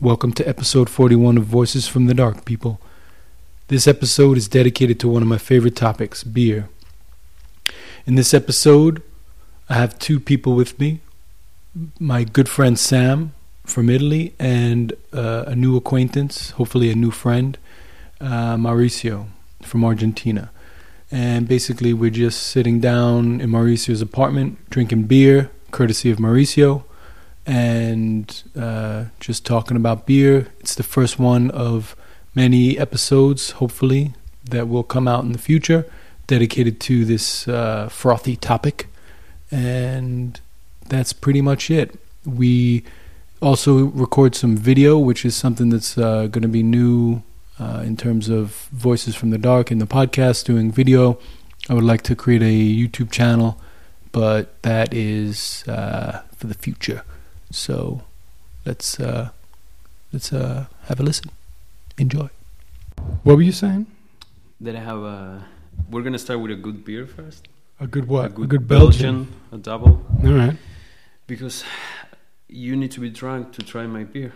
Welcome to episode 41 of Voices from the Dark, people. This episode is dedicated to one of my favorite topics beer. In this episode, I have two people with me my good friend Sam from Italy and uh, a new acquaintance, hopefully a new friend, uh, Mauricio from Argentina. And basically, we're just sitting down in Mauricio's apartment, drinking beer, courtesy of Mauricio and uh, just talking about beer. It's the first one of many episodes, hopefully, that will come out in the future dedicated to this uh, frothy topic. And that's pretty much it. We also record some video, which is something that's uh, going to be new uh, in terms of Voices from the Dark in the podcast, doing video. I would like to create a YouTube channel, but that is uh, for the future. So let's uh, let's uh, have a listen. Enjoy. What were you saying? that I have a. We're gonna start with a good beer first. A good what? A good, Belgian, a double, All right. because you need to be drunk to try my beer.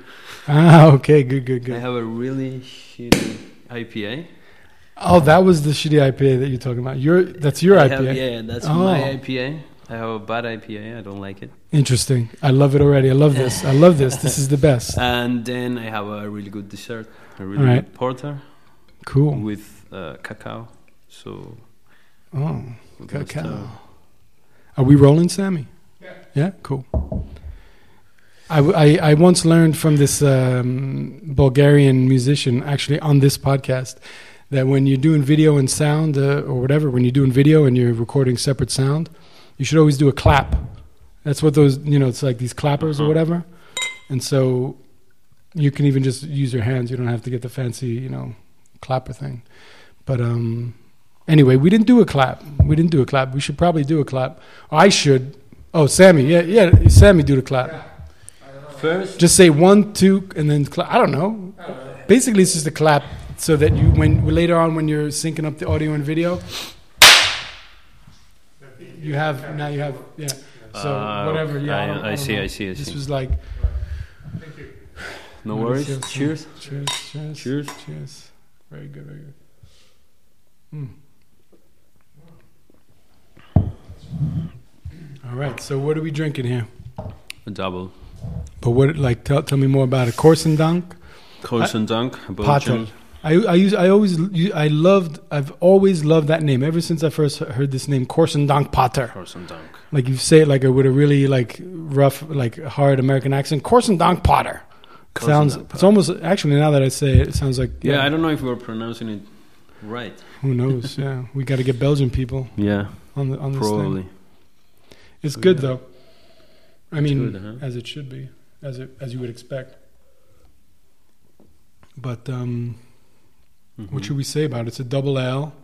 Ah, okay. Good, good, I good. have a really shitty IPA. Oh, that was the shitty IPA that you're talking about. Your that's your I IPA. have- yeah, that's my Oh. IPA. I have a bad IPA. I don't like it. Interesting. I love it already. I love this. I love this. This is the best. And then I have a really good dessert, a really Alright. good porter Cool. with uh, cacao. So uh, Oh, those cacao. two. Are we rolling, Sammy? Yeah. Yeah. Cool. I, w- I- I once learned from this um, Bulgarian musician, actually on this podcast, that when you're doing video and sound uh, or whatever, when you're doing video and you're recording separate sound, you should always do a clap. That's what those, you know, it's like these clappers or Uh-huh. whatever. And so you can even just use your hands. You don't have to get the fancy, you know, clapper thing. But um, anyway, we didn't do a clap. We didn't do a clap. We should probably do a clap. I should. Oh, Sammy. Yeah, yeah. Sammy, do the clap. first, Just say one, two, and then clap. I don't know. Basically, it's just a clap so that you, when later on, when you're syncing up the audio and video, you have now you have yeah. So Uh, whatever. Yeah, I- don't- I don't see, know. I see, I This see. was like no Let me see worries. what's in Cheers. cheers, cheers, Cheers. cheers. Very good, very good. Mm. All right. So what are we drinking here? A double. But what like tell, tell me more about it. Korsendank. Uh, Coles and Dunk. a Belgian. Patel. I, I use I always I loved I've always loved that name ever since I first heard this name Korsendank Pater. Coles and Dunk. Like you say it like a, with a really like rough like hard American accent. Korsendank Pater. Sounds Korsendank it's Pater. almost actually now that I say it it sounds like Yeah, I don't know if we're pronouncing it right. who knows yeah we got to get Belgian people Yeah, on the on this thing. probably. It's So, good yeah. though. I mean, good, huh? as it should be, as it as you would expect. But um, Mm-hmm. what should we say about it? It's a double L.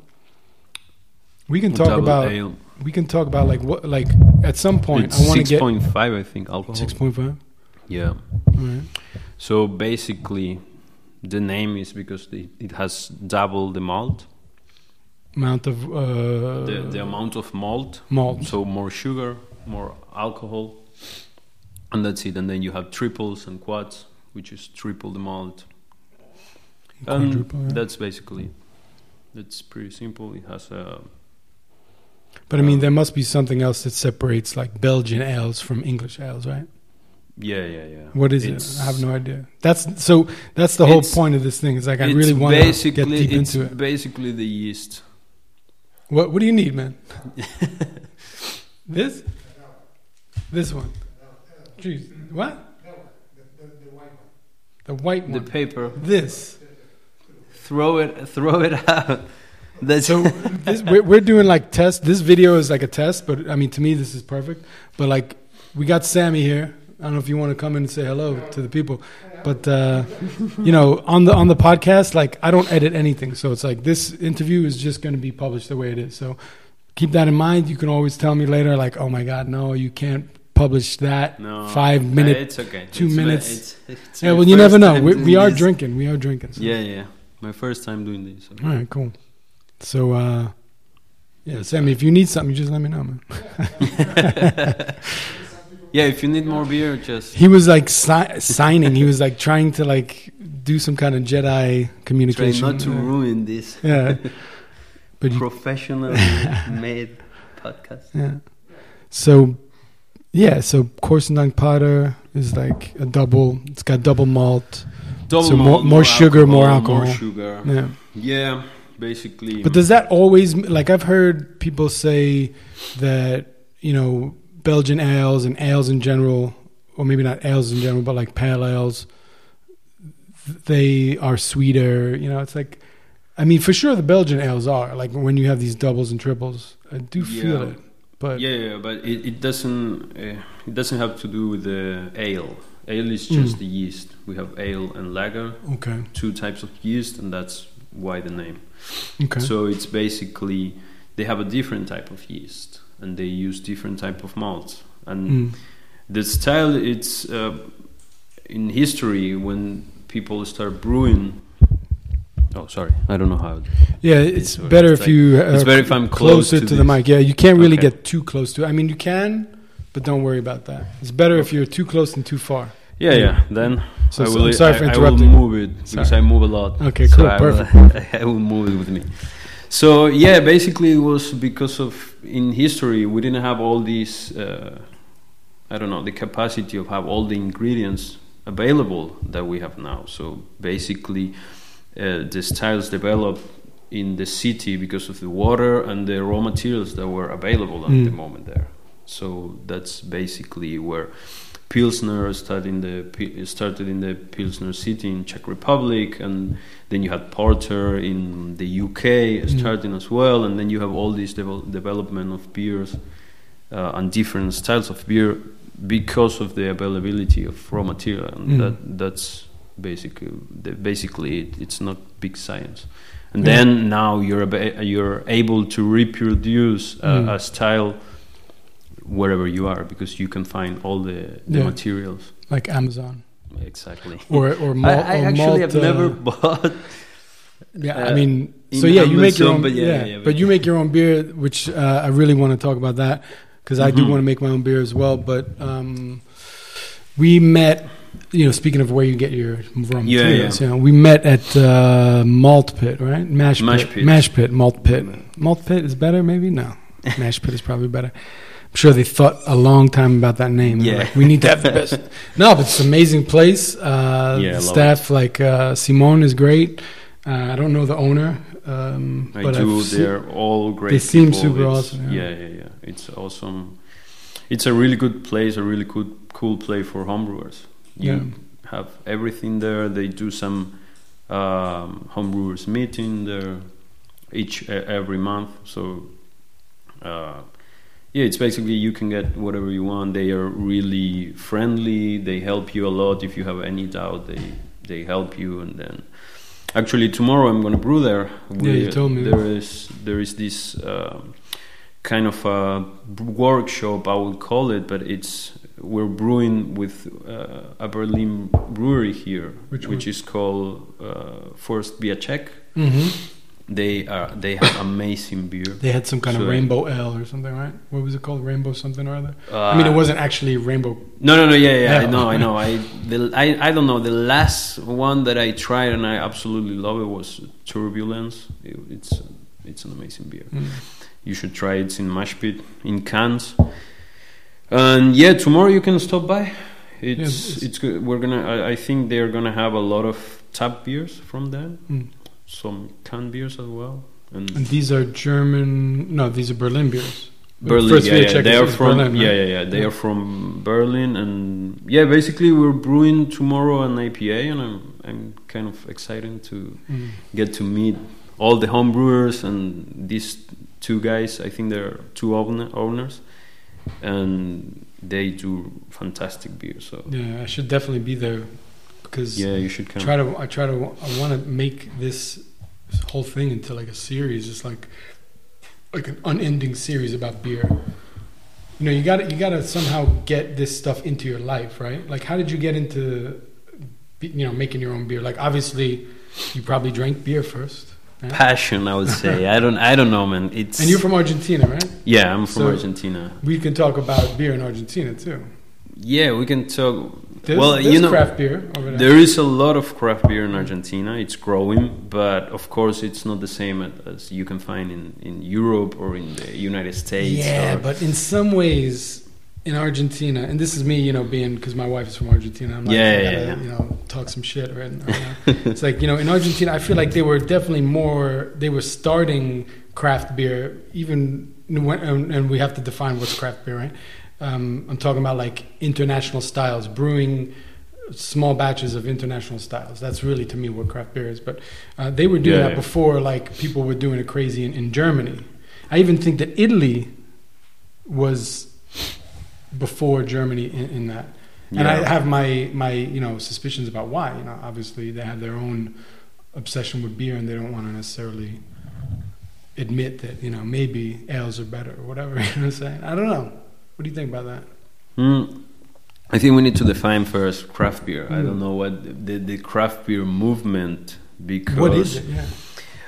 We can talk about ale. we can talk about like what like at some point It's I want to six get point five, I think, alcohol. six point five. Yeah. All right. So basically, the name is because it, it has double the malt, Amount of uh, the, the amount of malt, malt. so more sugar, more alcohol, and that's it. And then you have triples and quads, which is triple the malt. And quadruple, yeah. That's basically. it. That's pretty simple. It has a But I mean, there must be something else that separates like Belgian ales from English ales, right? yeah, yeah, yeah. What is it? It's- I have no idea. That's so. That's the whole It's- point of this thing. Is like I it's really want to get basically- deep it's into it. Basically, the yeast. What What do you need, man? this, this one. Jeez, what? The white The one. paper. this. Throw it. Throw it out. That's So this, we're, we're doing like tests. This video is like a test, but I mean, to me, this is perfect. But like, we got Sammy here. I don't know if you want to come in and say hello to the people, but uh, you know, on the on the podcast, like I don't edit anything, so it's like this interview is just going to be published the way it is. So keep that in mind. You can always tell me later, like, oh my god, no, you can't publish that no five uh, minute. It's okay. two It's my- minutes. It's, it's Yeah, my well, you never first know. time We, doing we are this. drinking. We are drinking. so- Yeah, yeah. My first time doing this. so. All right, cool. So, uh, yeah, Sammy, if you need something, you just let me know, man. Yeah, if you need more beer, just He was like si- signing. he was like trying to like do some kind of Jedi try communication. not to ruin this yeah. But you, professionally made podcast. yeah. So yeah, so Korsendang Potter is like a double. It's got double malt. So more- more sugar, more More alcohol. sugar. Yeah, Yeah. basically. But does that always like I've heard people say that you know Belgian ales and ales in general, or maybe not ales in general, but like pale ales, they are sweeter. You know, it's like, I mean, for sure the Belgian ales are like when you have these doubles and triples, I do feel Yeah. it. But yeah, yeah, but it, it doesn't uh, it doesn't have to do with the ale. Ale is just Mm. the yeast. We have ale and lager, okay, two types of yeast, and that's why the name. okay, So it's basically they have a different type of yeast and they use different type of malt. And Mm. the style it's uh, in history when people start brewing. Oh, sorry, I don't know how. yeah, it's It's- better it's if you. Uh, it's better if I'm close closer to to, the this. mic. Yeah, you can't really Okay. get too close to. it. I mean, you can, but don't worry about that. It's better if you're too close and too far. Yeah, yeah. Then So, I so- will. I'm sorry for I- interrupting. I will move it because Sorry. I move a lot. Okay, So cool, I will- I will move it with me. So yeah, basically it was because of in history we didn't have all these. Uh, I don't know the capacity of have all the ingredients available that we have now. So basically, uh, the styles developed in the city because of the water and the raw materials that were available at Mm. the moment there. So that's basically where Pilsner started in the Pi- started in the Pilsner city in Czech Republic, and then you had Porter in the UK Mm. starting as well, and then you have all this devel- development of beers uh, and different styles of beer because of the availability of raw material, and Mm. that that's basically the, basically it, it's not big science. And Yeah. then now you're ab- you're able to reproduce uh, Mm. a style wherever you are because you can find all the, the Yeah. materials like Amazon exactly or or I, malt. I or actually have malt, uh, never bought Yeah, I uh, mean, in so yeah, you make your Amazon, own. but yeah, yeah, yeah, yeah, but but- you make your own beer, which uh, I really want to talk about that because I do Mhm. want to make my own beer as well. But um, we met, you know, speaking of where you get your raw Yeah, materials, you know, we met at uh, Malt Pit, right? Mash, Mash pit, Pit. Mash Pit, Malt Pit. Malt Pit is better, maybe? No. Mash Pit is probably better. I'm sure they thought a long time about that name. They're Yeah. like, we need to have the best. No, but it's an amazing place. Uh, Yeah, I the love staff, like uh, Simone, is great. Uh, I don't know the owner. Um, I but do. I've se- They're all great. seem people. super It's- awesome, yeah. Yeah. yeah, yeah, It's awesome. It's a really good place. A really good, cool play for homebrewers. You have everything there. They do some um, homebrewers meeting there each e- every month. So. Uh, yeah, it's basically you can get whatever you want. They are really friendly. They help you a lot if you have any doubt. They they help you, and then actually tomorrow I'm gonna brew there. Yeah, you told me. There is there is this um kind of a workshop I would call it, but it's we're brewing with uh, a Berlin brewery here, Which is called uh, First Beer Czech. Mhm. They are they have amazing beer. They had some kind of So- rainbow L or something, right? What was it called? Rainbow something or other? Uh, I mean, it wasn't actually rainbow. No, no, no. Yeah, No. yeah. I know, I know. I, the, I, I don't know. The last one that I tried and I absolutely love it was Turbulence. It, it's, it's an amazing beer. Mm. You should try it. It's in Mashpit, in Cannes. And yeah, tomorrow you can stop by. It's, it's- it's, good. We're gonna. I, I think they're gonna have a lot of tap beers from them. Mm. Some canned beers as well. And And these are German. No, these are Berlin beers. Berlin, First yeah, beer yeah, check they is- are is from Berlin, yeah, right? yeah, yeah, they Yeah. are from Berlin, and yeah, basically we're brewing tomorrow an IPA, and I'm I'm kind of excited to Mm. get to meet all the home brewers and these two guys. I think they're two own- owners, and they do fantastic beer. So Yeah, I should definitely be there because yeah, you should come. try to I try to I want to make this whole thing into like a series, just like like an unending series about beer. You know, you got to you got to somehow get this stuff into your life, right? Like, how did you get into be- you know making your own beer? Like, obviously, you probably drank beer first, Passion, I would say. I don't, I don't know, man. It's and you're from Argentina, right? yeah, I'm from So- Argentina. We can talk about beer in Argentina too. yeah, we can talk. There's, well, there's you know, craft beer over there. There is a lot of craft beer in Argentina. It's growing, but of course, it's not the same a- as you can find in, in Europe or in the United States. Yeah, or- but in some ways, in Argentina, and this is me, you know, being because my wife is from Argentina. I'm not Yeah, gonna, yeah, yeah. you know, talk some shit right, right now. it's like you know, in Argentina, I feel like they were definitely more. They were starting craft beer, even when, and, and we have to define what's craft beer, right? Um, I'm talking about like international styles, brewing small batches of international styles. That's really to me what craft beer is. But uh, they were doing Yeah, that yeah. before, like people were doing it crazy in, in Germany. I even think that Italy was before Germany in, in that. And I Yeah. have my my you know suspicions about why. You know, obviously they have their own obsession with beer, and they don't want to necessarily admit that you know maybe ales are better or whatever. You know what I'm saying? I don't know. What do you think about that? Mm. I think we need to define first craft beer. I Mm. don't know what the, the craft beer movement because What is it? Yeah.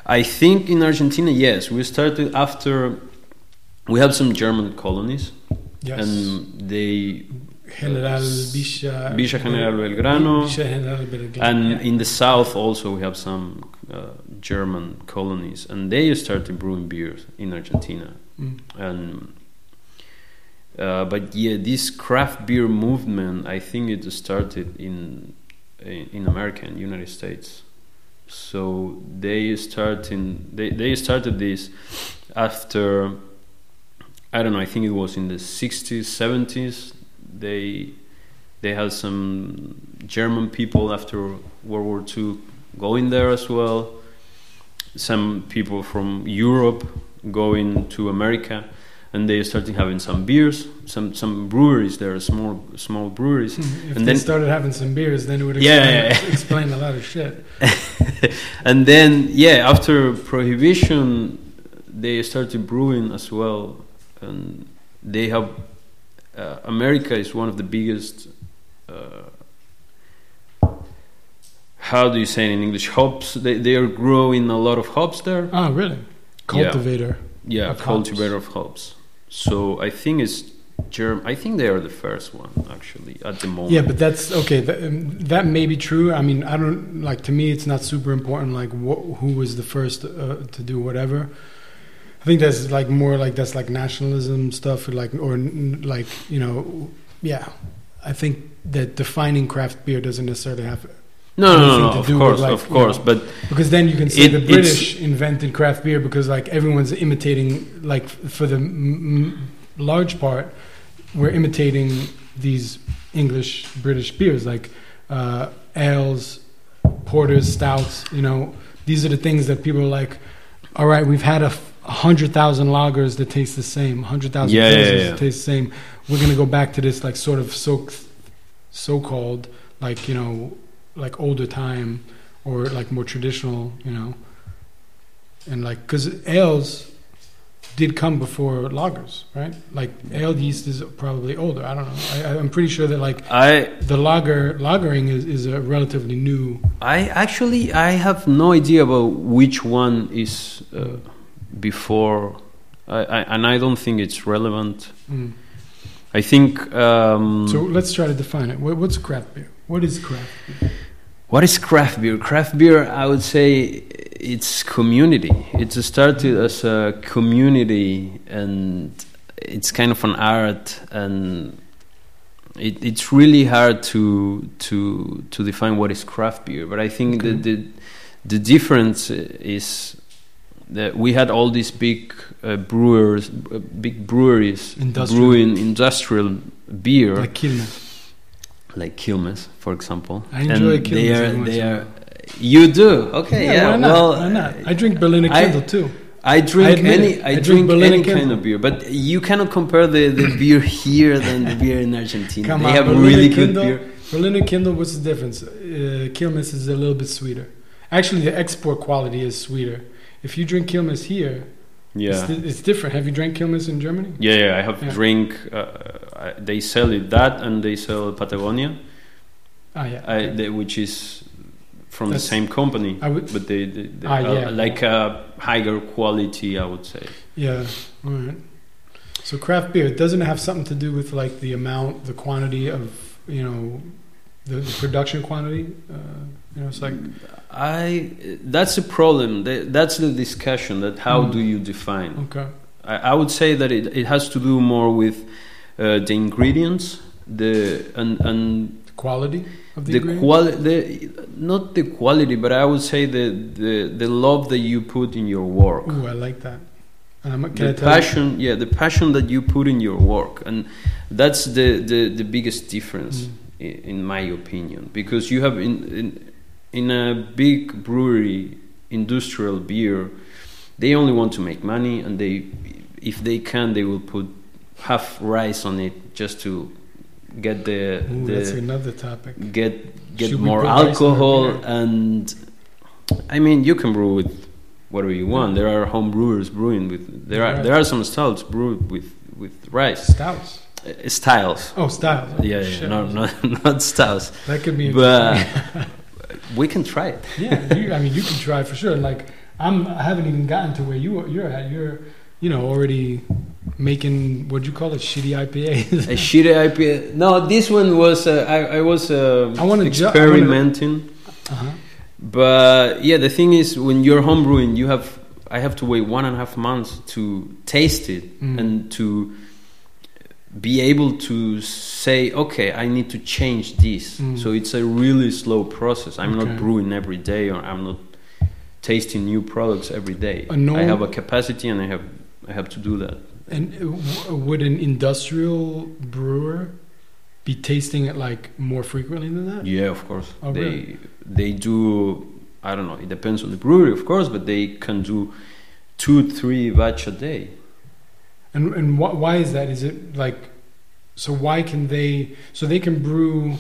I think in Argentina, yes, we started after we have some German colonies Yes. and they General Bisha. Villa General Belgrano. Ah, Villa General Belgrano. and yeah. in the south also we have some uh, German colonies and they started brewing beers in Argentina Mm. and uh, but yeah this craft beer movement I think it started in in, uh, in America in United States so they starting they, they started this after I don't know I think it was in the 60s 70s they they had some German people after World War II going there as well some people from Europe going to America, and they started having some beers, some some breweries there, small small breweries, If and they then started having some beers, then it would Yeah, explain, yeah, yeah. explain a lot of shit. and then yeah, after prohibition, they started brewing as well, and they have uh, America is one of the biggest. Uh, how do you say it in English? Hops. They, they are growing a lot of hops there. Oh, really? Cultivator. yeah of cultivator of hops so i think it's germ i think they are the first one actually at the moment Yeah, but that's okay. That, um, that may be true. I mean, I don't like to me. It's not super important. Like wh- who was the first uh, to do whatever. I think that's like more like that's like nationalism stuff, or like or n- like you know, yeah. I think that defining craft beer doesn't necessarily have no no anything no, to no of do with, course like, of course you but because then you can say It- the it's- British invented craft beer because like everyone's imitating like f- for the m- m- large part we're imitating these English British beers like uh, ales, porters, stouts. You know these are the things that people are like. All right, we've had a f- a hundred thousand lagers that taste the same, hundred thousand Yeah, yeah, yeah. that taste the same. We're gonna go back to this like sort of so so called like you know like older time or like more traditional, you know, and like because ales did come before lagers, right? Like ale yeast is probably older. I don't know. I, I'm pretty sure that like i the lager lagering is, is a relatively new. i actually i have no idea about which one is uh, before I, I, and i don't think it's relevant Mm. i think um, So let's try to define it. What, what's craft beer? What is craft? What is craft beer? Craft beer, I would say, it's community. It started as a community, and it's kind of an art, and it, it's really hard to to to define what is craft beer. But I think Okay. that the the difference is that we had all these big uh, brewers, uh, big breweries Industrial. brewing industrial beer, Like Kilmes. like Kilmes, for example. I enjoy and They Kilmes are, every once they in a are. You do okay, yeah. why not? Well, why not? I drink Berliner I- Kindle too. I I drink admit any. it. I, I drink drink, Berliner any Kindle. kind of beer, but you cannot compare the, the beer here than the beer in Argentina. Come they on, have Berliner really good Kindle. beer. Berliner Kindle, what's the difference? Uh, Kilmes is a little bit sweeter. Actually, the export quality is sweeter. If you drink Kilmes here, it's, Yeah, di- it's different. Have you drank Kilmes in Germany? yeah, yeah. I have Yeah. drink. Uh, uh, they sell it that, and they sell Patagonia, Ah, yeah. I, they, which is from That's- the same company, I would, but they, they, they Ah, are yeah. like a higher quality, I would say. yeah. All right. So craft beer it doesn't have something to do with like the amount, the quantity of you know, the, the production quantity. Uh, you know, it's like I that's a problem. Th- That's the discussion. That how Mm. do you define? okay, I, I would say that it, it has to do more with uh, the ingredients, the and and the quality of the, the ingredient. quality. The, not the quality, but I would say the, the the love that you put in your work. Ooh, I like that. And I'm, Hmm. can I the tell you- passion yeah the passion that you put in your work and that's the the, the biggest difference Mm. i in my opinion because you have in, in in a big brewery industrial beer they only want to make money and they if they can they will put half rice on it just to get the, Ooh, the that's another topic. get get Should we more put rice in our alcohol beer? and I mean you can brew with whatever you want. There are home brewers brewing with there are Right. there are some styles brewed with with rice Stouts. Uh, styles. Oh, styles. Oh, Yeah, yeah shit. no, not not styles, That could be. but we can try it. yeah, you, I mean, you can try for sure. Like, I'm, I haven't even gotten to where you are- you're at. You're, you know, already making what would you call it, shitty IPA. A shitty IPA. No, this one was uh, I I was I uh, wanna ju- I wanna- experimenting. uh-huh. But yeah, the thing is, when you're homebrewing, you have I have to wait one and a half months to taste it Mm. and to be able to say, okay, I need to change this. Mm. So it's a really slow process. I'm Okay. not brewing every day, or I'm not tasting new products every day. A norm- I have a capacity, and I have I have to do that. And uh, w- would an industrial brewer be tasting it like more frequently than that? Yeah, of course. Oh, they really? they do. I don't know. It depends on the brewery, of course, but they can do two, three batch a day. And and wh- why is that? Is it like so? Why can they? So they can brew.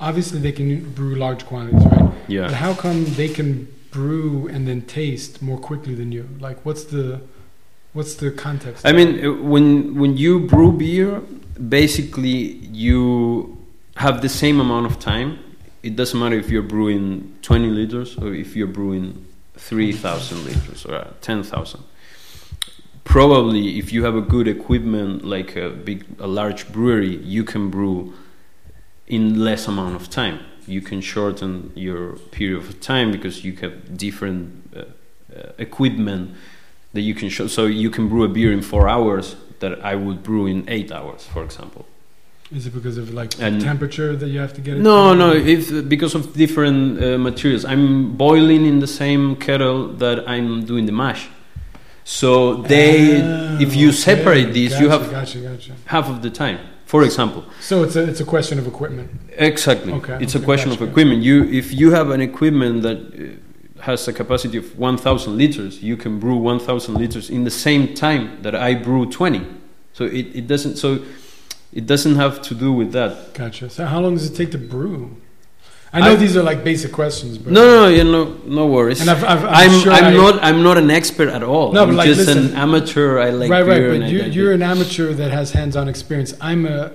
Obviously, they can brew large quantities, right? Yeah. But how come they can brew and then taste more quickly than you? Like, what's the what's the context? I mean, uh, when when you brew beer, basically you have the same amount of time. It doesn't matter if you're brewing 20 liters or if you're brewing 3,000 liters or uh, 10,000. Probably, if you have a good equipment like a big, a large brewery, you can brew in less amount of time. You can shorten your period of time because you have different uh, uh, equipment that you can show. So you can brew a beer in four hours that I would brew in eight hours, for example. is it because of like And- temperature that you have to get it? No, to? no, if because of different uh, materials. I'm boiling in the same kettle that I'm doing the mash. So they, Oh, if you okay. separate these, you Gotcha, have gotcha, gotcha. half of the time. For example, So it's a it's a question of equipment. exactly. Okay, it's okay, a question gotcha. of equipment. You, if you have an equipment that uh, has a capacity of 1,000 liters, you can brew 1,000 liters in the same time that I brew 20. So it, it doesn't. So it doesn't have to do with that. Gotcha. So how long does it take to brew? I know I- these are like basic questions, but No, no, you know, no worries. And I've, I've, I'm I'm, sure I'm I- not I'm not an expert at all. No, I'm but, like, just listen. an amateur. I like right, beer right. and I But you, like you're beer. an amateur that has hands-on experience. I'm a.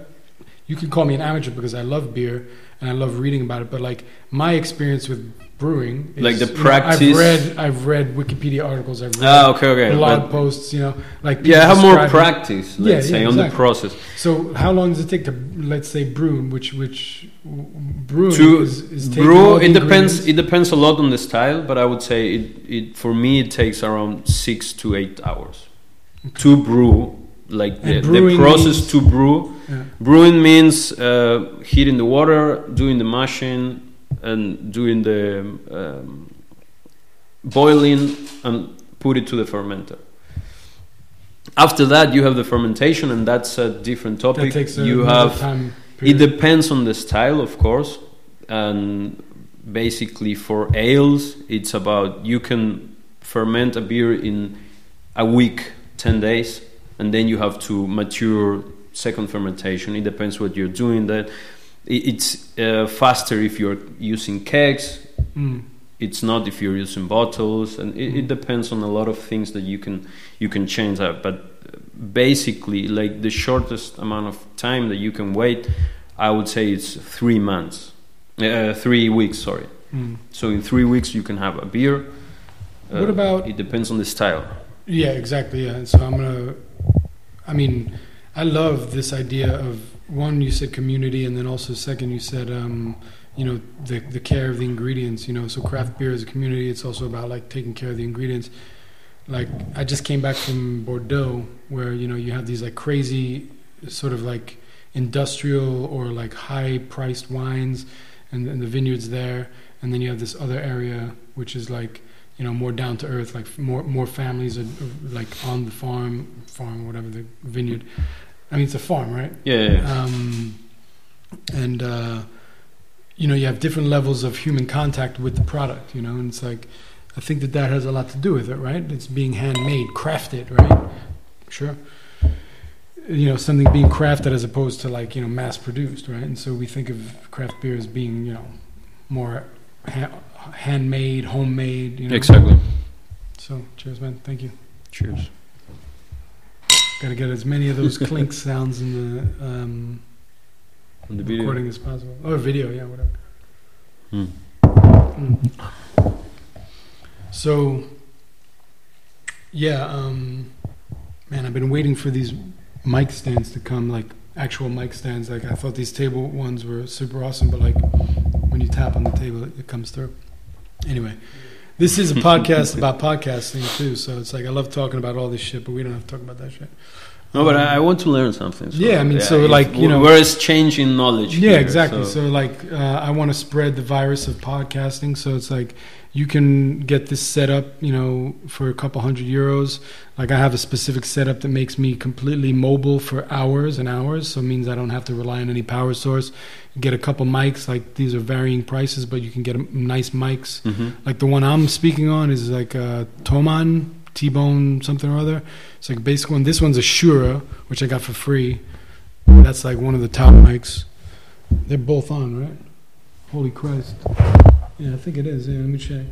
You can call me an amateur because I love beer and I love reading about it. But like my experience with brewing, is, Like the you know, practice- I've read. I've read Wikipedia articles. I've read ah okay okay. blog but- posts. You know, like yeah, I people have more describing- practice. Yeah, Let's yeah, say on the exactly. process. So how long does it take to let's say brew? Which which brewing To is, is taking all Brew the it depends. ingredients? It depends a lot on the style, but I would say it it for me it takes around six to eight hours to brew. Like the, And the brewing process means- to brew. Yeah. Brewing means uh, heating the water, doing the mashing, and doing the um, boiling, and put it to the fermenter. After that, you have the fermentation, and that's a different That topic. takes a you another have time. it Period. depends on the style, of course, and basically for ales, it's about you can ferment a beer in a week, ten days, and then you have to mature second fermentation. It depends what you're doing. That i- it's uh, faster if you're using kegs. Mm. It's not if you're using bottles, and it, it depends on a lot of things that you can you can change that. But basically, like the shortest amount of time that you can wait, I would say it's three months, uh, three weeks. Sorry. Mm. So in three weeks you can have a beer. What about- Uh, It depends on the style. Yeah, exactly. Yeah, and so I'm gonna. I mean, I love this idea of one. You said community, and then also second, you said um, you know the the care of the ingredients. You know, so craft beer is a community. It's also about like taking care of the ingredients. Like I just came back from Bordeaux, where you know you have these like crazy sort of like industrial or like high priced wines, and, and the vineyards there, and then you have this other area which is like you know more down to earth like more more families are like on the farm farm whatever the vineyard i mean it's a farm right Yeah, yeah, yeah. um and uh you know you have different levels of human contact with the product you know and it's like i think that that has a lot to do with it right it's being handmade crafted right sure you know something being crafted as opposed to like you know mass produced right and so we think of craft beer as being you know more ha- handmade homemade you know exactly. so, cheers, man. Thank you. Cheers. Got to get as many of those clink sounds in the, um, On the video. recording as possible. Or video, yeah, whatever. Hmm. Mm. So, yeah, um, man, I've been waiting for these mic stands to come, like actual mic stands. Like, I thought these table ones were super awesome, but like when you tap on the table, it, it comes through. Anyway, this is a podcast about podcasting, too. So, it's like I love talking about all this shit, but we don't have to talk about that shit. No, but I, I want to learn something. So, Yeah, I mean, so, if- like, you know- we're exchanging knowledge. Yeah, here, exactly. so- So, like, uh, I want to spread the virus of podcasting. So it's like you can get this set up, you know, for a couple hundred euros. Like, I have a specific setup that makes me completely mobile for hours and hours. So it means I don't have to rely on any power source. Get a couple mics. Like these are varying prices, but you can get 'em nice mics. Mhm. Like the one I'm speaking on is like a Toman T Bone something or other. It's like a basic one. This one's a Shura, which I got for free. That's like one of the top mics. They're both on, right? Holy Christ! Yeah, I think it is. Yeah, let me check.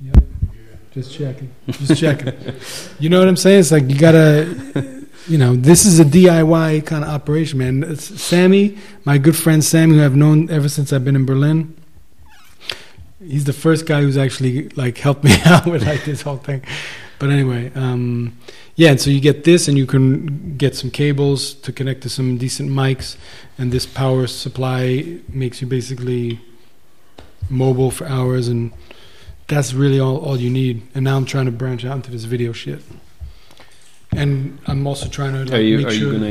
Yep. Just checking. Just checking. you know what I'm saying? It's like you gotta. You know, this is a DIY kind of operation, man. It's Sammy, my good friend Sam, who I've known ever since I've been in Berlin. He's the first guy who's actually like helped me out with like this whole thing. But anyway, um, yeah, and so you get this, and you can get some cables to connect to some decent mics, and this power supply makes you basically mobile for hours, and that's really all, all you need. And now I'm trying to branch out into this video shit, and I'm also trying to like, Are you make are sure you gonna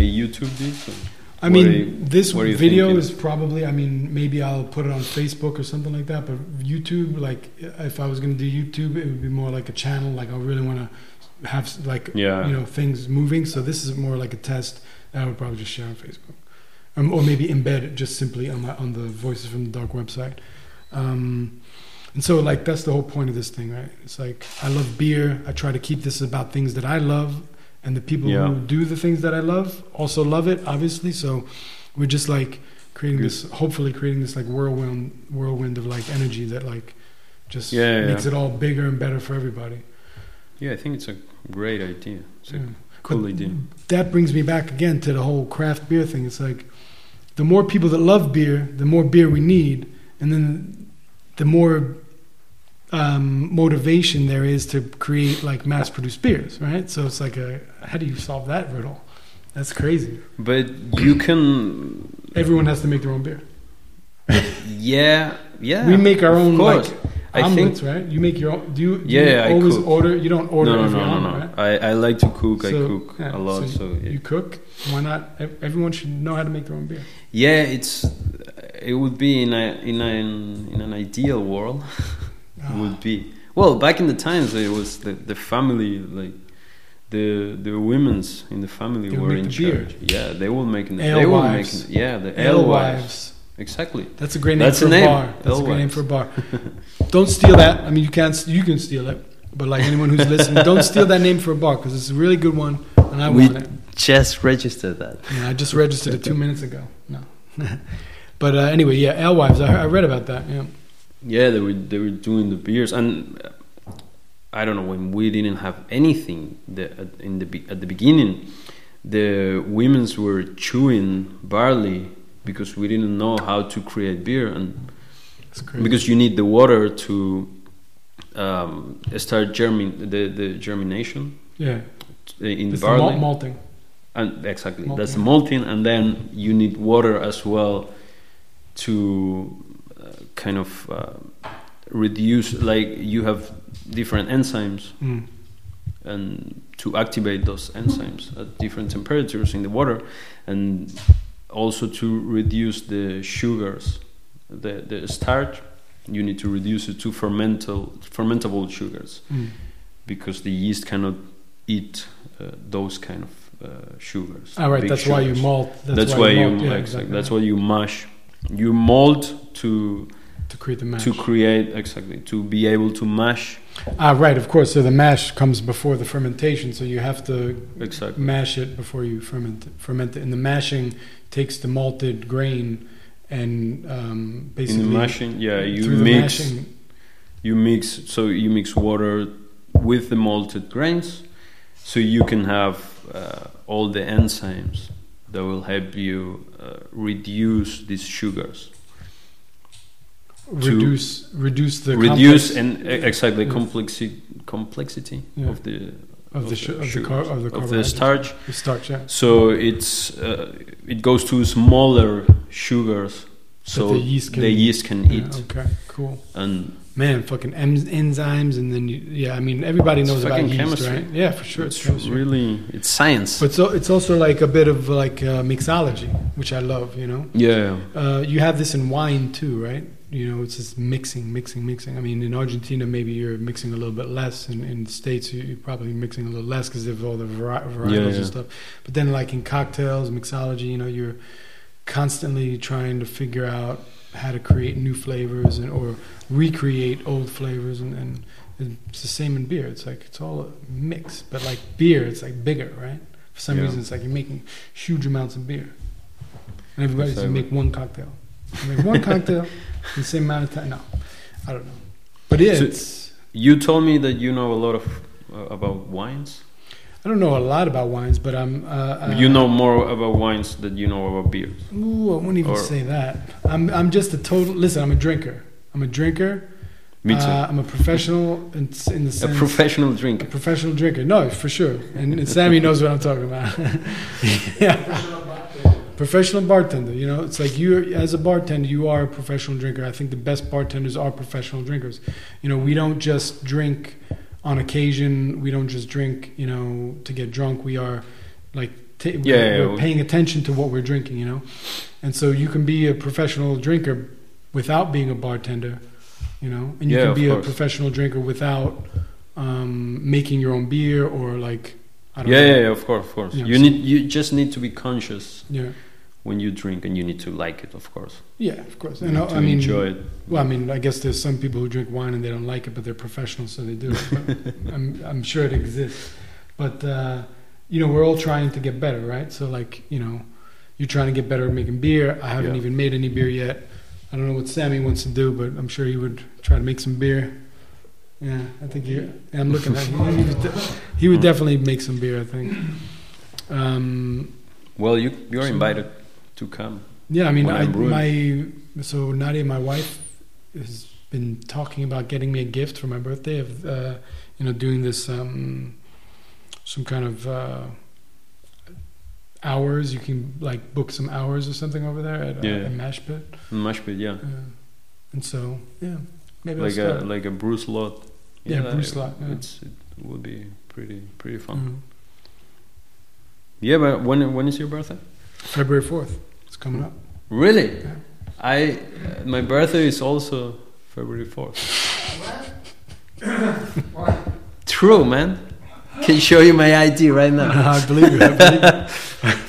YouTube this? or- I What mean, are you- this what are you video thinking? is probably. I mean, maybe I'll put it on Facebook or something like that. But YouTube, like, if I was going to do YouTube, it would be more like a channel. Like, I really want to have s- like Yeah. you know things moving. So this is more like a test. that I would probably just share on Facebook, um, or maybe embed it just simply on my on the Voices from the Dark website. Um, and so, like, that's the whole point of this thing, right? It's like I love beer. I try to keep this about things that I love, and the people who Yeah. do the things that I love also love it, obviously. So we're just like creating Good. this, hopefully creating this like whirlwind, whirlwind of like energy that like just Yeah, yeah, makes yeah. it all bigger and better for everybody. Yeah, I think it's a great idea. It's a Yeah. cool But idea. That brings me back again to the whole craft beer thing. It's like the more people that love beer, the more beer we need, and then the more um, motivation there is to create like mass-produced beers, right? So it's like a how do you solve that riddle? That's crazy. But you can, Everyone has to make their own beer. yeah, yeah. we make our of own like course. I think- omelets, right? You make your own. Do you, do Yeah, you I always cook. order? You don't order no, no, every no, omelet, no, no. right? I, I like to cook. I So, cook yeah, a lot. so So, yeah. You cook. Why not? Ev- Everyone should know how to make their own beer. yeah, it's it would be in a in an in an ideal world. Ah. would be well back in the times it was the, the family like the the women's in the family They would were make in the beer. charge yeah they were making they were Alewives. making yeah the Ale alewives wives. exactly That's a great name That's for a a name. bar. That's a Ale great name wives. for a bar. don't steal that. I mean, you can't. s- You can steal it, but like anyone who's listening, don't steal that name for a bar because it's a really good one, and I We- want it. just registered that Yeah, I just registered it two minutes ago. No, but uh, anyway, yeah, alewives. I, I read about that. Yeah, yeah they were they were doing the beers and uh, i don't know when we didn't have anything the, at- in the be- at the beginning the women's were chewing barley because we didn't know how to create beer and it's crazy. because you need the water to um, start germin the, the germination Yeah. in It's the barley. malt, malting. and exactly Malting. that's the malting and then you need water as well to uh, kind of uh, reduce like you have different enzymes Mm. and to activate those enzymes at different temperatures in the water and also to reduce the sugars the, the starch you need to reduce it to fermental, fermentable sugars Mm. because the yeast cannot eat uh, those kind of uh, sugars All Ah, right. big That's why you sugars. malt. That's, That's, why you malt. yeah, exactly. That's why you mash. You mold to to create the mash. to create exactly to be able to mash ah, right. Of course. So the mash comes before the fermentation. So you have to exactly mash it before you ferment it, ferment it. And the mashing takes the malted grain and um, in the basically mashing. Yeah, you through mix the mashing. you mix so you mix water with the malted grains, so you can have uh, all the enzymes that will help you uh, reduce these sugars, Reduce reduce the reduce complex and e- exactly Yeah. complexi- complexity Yeah. of the of the sh- of the, sugars, car- of the of the carbohydrates. starch. The starch. Yeah. So it's uh, it goes to smaller sugars, so the yeast can- the yeast can Yeah, eat. okay. Cool. And Man, fucking em- enzymes, and then you, yeah, I mean everybody It's knows about fucking yeast, chemistry. right? Yeah, for sure. It's, it's chemistry. really it's science. But so it's also like a bit of like uh, mixology, which I love. You know, yeah, uh, you have this in wine too, right? You know, it's just mixing, mixing, mixing. I mean, in Argentina, maybe you're mixing a little bit less, and in the states, you- you're probably mixing a little less because of all the vari- varietals yeah. and stuff. But then, like in cocktails, mixology, you know, you're constantly trying to figure out how to create new flavors and or recreate old flavors, and, and it's the same in beer. It's like it's all a mix, but like beer, it's like bigger, right? For some Yeah. reason, it's like you're making huge amounts of beer. And everybody said Exactly. make one cocktail. You make one cocktail in the same amount of time. No, I don't know. But yeah, So- it's, you told me that you know a lot of uh, about wines. I don't know a lot about wines, but I'm. Uh, uh, you know more about wines than you know about beers. Ooh, I wouldn't even or- say that. I'm, I'm just a total. Listen, I'm a drinker. I'm a drinker. Me too. Uh, I'm a professional in, in the a sense. professional a drinker. professional drinker. No, for sure. And, and Sammy knows what I'm talking about. yeah. Professional bartender. You know, it's like you, as a bartender, you are a professional drinker. I think the best bartenders are professional drinkers. You know, we don't just drink on occasion. We don't just drink, you know, to get drunk. We are like, ta Yeah, yeah, we're we- paying attention to what we're drinking, you know? And so you can be a professional drinker without being a bartender, you know, and you Yeah, can of be a course. professional drinker without um, making your own beer or like I Yeah, don't yeah, know. yeah, of course, of course. Yeah, you so- need you just need to be conscious yeah, yeah, when you drink, and you need to like it, of course. yeah, of course. You And I, need to I mean, enjoy it. well, I mean, I guess there's some people who drink wine and they don't like it, but they're professionals, so they do. It. But I'm I'm sure it exists, but uh, you know, we're all trying to get better, right? So like, you know, you're trying to get better at making beer. I haven't Yeah. even made any beer yet. I don't know what Sammy wants to do, but I'm sure he would try to make some beer. Yeah, I think he. I'm looking at him. He would, de- he would definitely make some beer. I think. Um, Well, you you are So- invited to come. yeah, I mean, When I, I'm my so Nadia, my wife, has been talking about getting me a gift for my birthday of uh, you know doing this um, some kind of uh, hours. You can like book some hours or something over there at, uh, Yeah. at Mash Pit, Must be yeah. uh, and so yeah, maybe like I'll a start. like a Bruce lot. Yeah, Bruce Lot, yeah. It's, it would be pretty pretty fun. Mm. Yeah, but when when is your birthday? February fourth. It's coming up. Really? Yeah. I uh, my birthday is also February fourth. True, man. Can show you my ID right now. I believe you. I, believe you.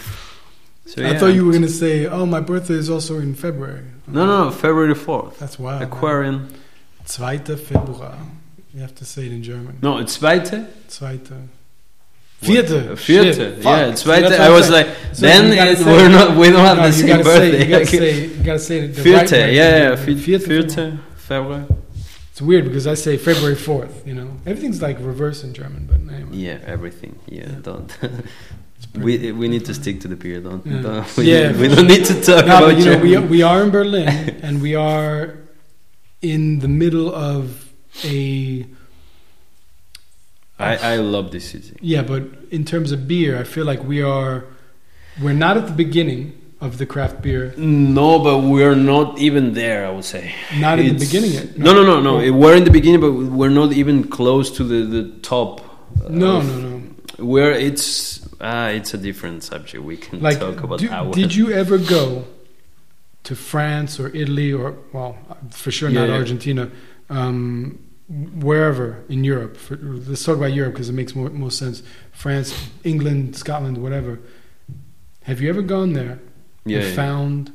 So, I yeah. thought you were gonna say, "Oh, my birthday is also in February." No, no, no, February fourth. That's wild. Oh, man. Aquarian. 2. Februar. You have to say it in German. No, it's Zweite. 2. Vierte. Uh, Vierte. Shit, Yeah, fuck. it's See, that's Zweite. what I I'm was saying. like, So then you gotta it, say- we're not. We don't have No, the you same gotta say, you gotta birthday. say, you gotta say it the right Vierte. way. yeah, yeah. Fi- Vierte Februar. Vierte. February. It's weird because I say February 4th, you know. Everything's like reverse in German, but anyway. Yeah, everything. Yeah, Yeah. don't. It's pretty- we we need to stick to the beer. Don't. Yeah. don't we, Yeah. we don't need to talk No, about but, you know, we, Germany. we are in Berlin and we are in the middle of a I, I love this city. Yeah, but in terms of beer, I feel like we are we're not at the beginning of the craft beer. No, but we're not even there. I would say Not in the It's- beginning yet. No, no, no, no. We're in the beginning, but we're not even close to the the top. uh, No, of- no, no. Where it's ah, it's a different subject. We can Like, talk about do- hours. did you ever go to France or Italy or well, for sure not Yeah. Argentina, um, wherever in Europe? For, let's talk about Europe because it makes more most sense. France, England, Scotland, whatever. Have you ever gone there Yeah, and yeah. found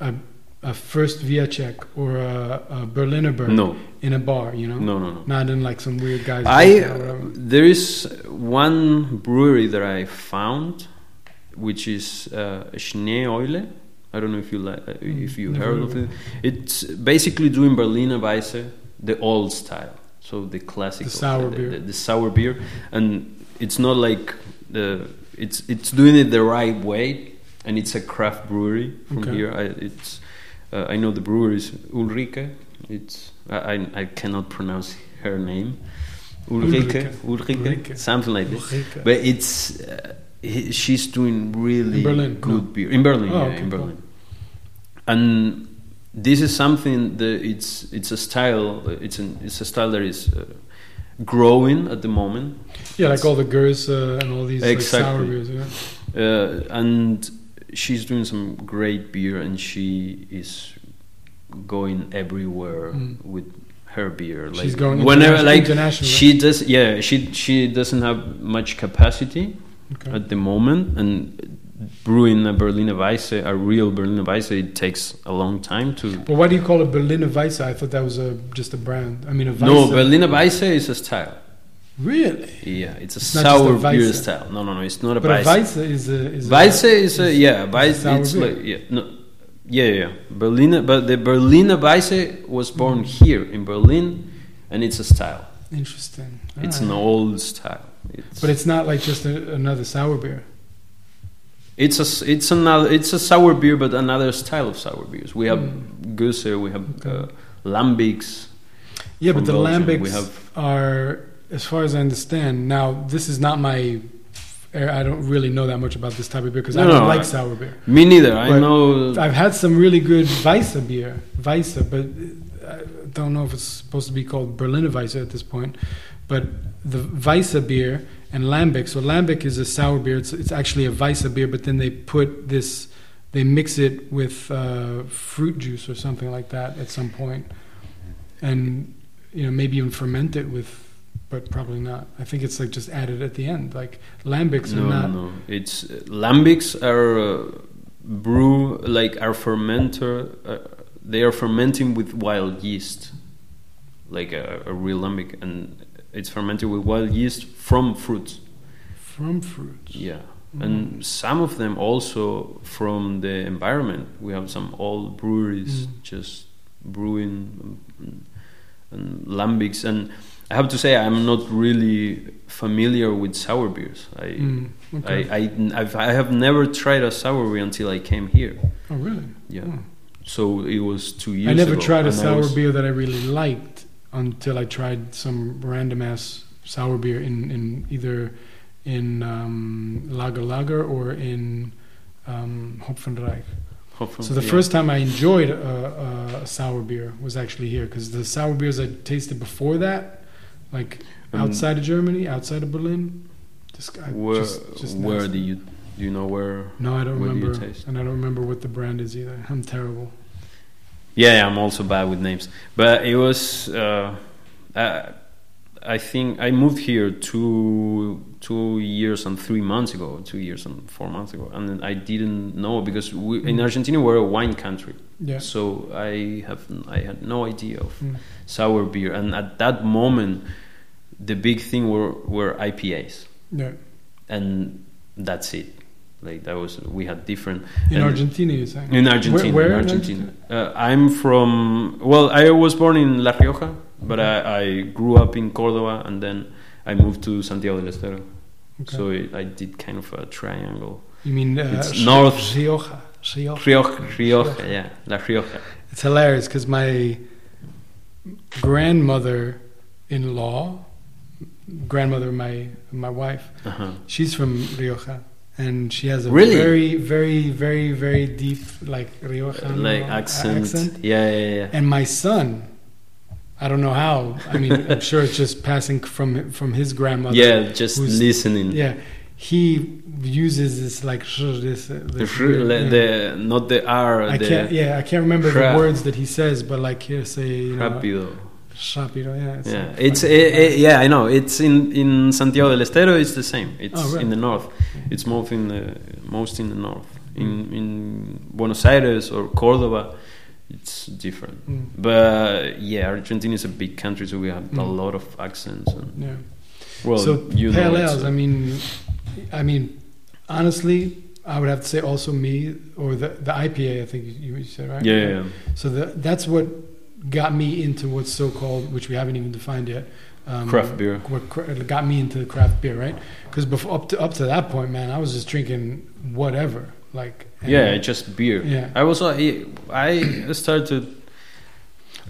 a, a first Viacek or a, a Berliner Berg No, in a bar? You know, no, no, no. not in like some weird guys. I or whatever. there is one brewery that I found, which is uh, Schneeule. I don't know if you like, if you Mm, never heard heard of of it. It's basically doing Berliner Weisse, the old style, so the classic, The sour the, beer. the, the sour beer, and it's not like the it's it's doing it the right way, and it's a craft brewery from Okay. here. I, it's uh, I know the brewer is Ulrike. It's I, I I cannot pronounce her name. Ulrike, Ulrike, Ulrike. something like this. Ulrike. But it's uh, he- she's doing really In Berlin, good no? beer in Berlin, Oh, yeah, okay, in cool. Berlin. And this is something that it's it's a style. uh, It's an it's a style that is uh, growing at the moment. yeah, like it's- all the Gers uh, and all these like, sour Exactly. beers. Yeah. uh, and she's doing some great beer and she is going everywhere Mm. with her beer like She's going whenever interna- like international. she does yeah she she doesn't have much capacity Okay. at the moment and brewing a berliner weisse a real berliner weisse it takes a long time to Well, why do you call it Berliner Weisse? I thought that was a just a brand. I mean, a Weisse. no berliner weisse is a style really. yeah it's a It's not just a sour beer Weisse. style no no no it's not a But a weisse Weisse is a is Weisse a, is a yeah, Weisse. sour It's beer. like yeah, no, yeah, yeah. Berliner, but the Berliner Weisse was born Mm-hmm. here in Berlin, and it's a style. interesting. It's an Alright. old style. It's, Ah. But it's not like just a, another sour beer. it's a s- it's another it's a sour beer, but another style of sour beers. We have Mm. Goose, we have uh, Okay. Lambics. Yeah, but the From Belgium, we lambics have- are, as far as I understand. Now, this is not my. I don't really know that much about this type of beer because I No, don't no, like I- sour beer. Me neither. I But know. I've had some really good Weisse beer, Weisse, but uh, I don't know if it's supposed to be called Berliner Weisse at this point. But the Weisse beer and Lambic. So Lambic is a sour beer. It's it's actually a Weisse beer, but then they put this, they mix it with uh, fruit juice or something like that at some point, and you know maybe even ferment it with, but probably not. I think it's like just added at the end. Like Lambics no, are not. no. It's lambics are uh, brew like our fermenter. Uh, they are fermenting with wild yeast, like a, a real lambic, and it's fermented with wild yeast from fruits. From fruits. Yeah, and some of them also from the environment. We have some old breweries Mm. just brewing and, and lambics and. I have to say I'm not really familiar with sour beers. I Mm, okay. I, I, I've, I have never tried a sour beer until I came here. oh really? Yeah. Hmm. So it was two years I never ago, tried a and I sour was- beer that I really liked until I tried some random ass sour beer in, in either in um, Lager Lager or in um, Hopfenreich. Hopfen- So the yeah. first time I enjoyed a, a sour beer was actually here because the sour beers I tasted before that, like Um, outside of Germany, outside of Berlin, just, I, Where, just, just where nasty. do you, do you know where? No, I don't where do you remember, taste? and I don't remember what the brand is either. I'm terrible. Yeah, yeah, I'm also bad with names. But it was, uh, uh, I think I moved here two, two years and three months ago, two years and four months ago. And I didn't know because we, in Mm. Argentina we're a wine country. Yeah. So I have I had no idea of Mm. sour beer, and at that moment, the big thing were were IPAs, Yeah. and that's it. Like that was we had different In and- Argentina, you're saying? in Argentina. Where, where in Argentina? Uh, I'm from well, I was born in La Rioja, but I, I grew up in Cordoba, and then I moved to Santiago del Estero. Okay. So it, I did kind of a triangle. you mean uh, it's Ri- north. Rioja. Rioja. Rioja, Rioja, yeah, La Rioja. It's hilarious because my grandmother in law, grandmother, my my wife, Uh-huh. she's from Rioja, and she has a Really? very, very, very, very deep like Rioja Uh, Like accent. Yeah, yeah, yeah. And my son, I don't know how. I mean, I'm sure it's just passing from from his grandmother. Yeah, just who's- listening. yeah. He uses this like sh- this, uh, The, this fr- weird- le- yeah. the not the R, I the can't. Yeah, I can't remember Ra- the words that he says, but like here, say you know, rápido. rápido. Yeah, it's, yeah, like it's fucking- eh, eh, yeah, I know. It's in in Santiago del Estero. It's the same. It's Oh, right. in the north. It's most in the most in the north. In Mm. in Buenos Aires or Cordoba, it's different. Mm, But yeah, Argentina is a big country, so we have a Mm. lot of accents. And, yeah. well, so you know, parallels. it's- uh, I mean, I mean, honestly, I would have to say also me or the the IPA. I think you, you said right. yeah, yeah, yeah. So the, that's what got me into what's so called, which we haven't even defined yet. Um, craft beer. What cra- got me into the craft beer, right? Because before up to up to that point, man, I was just drinking whatever, like and- Yeah, just beer. yeah. I was uh, I started.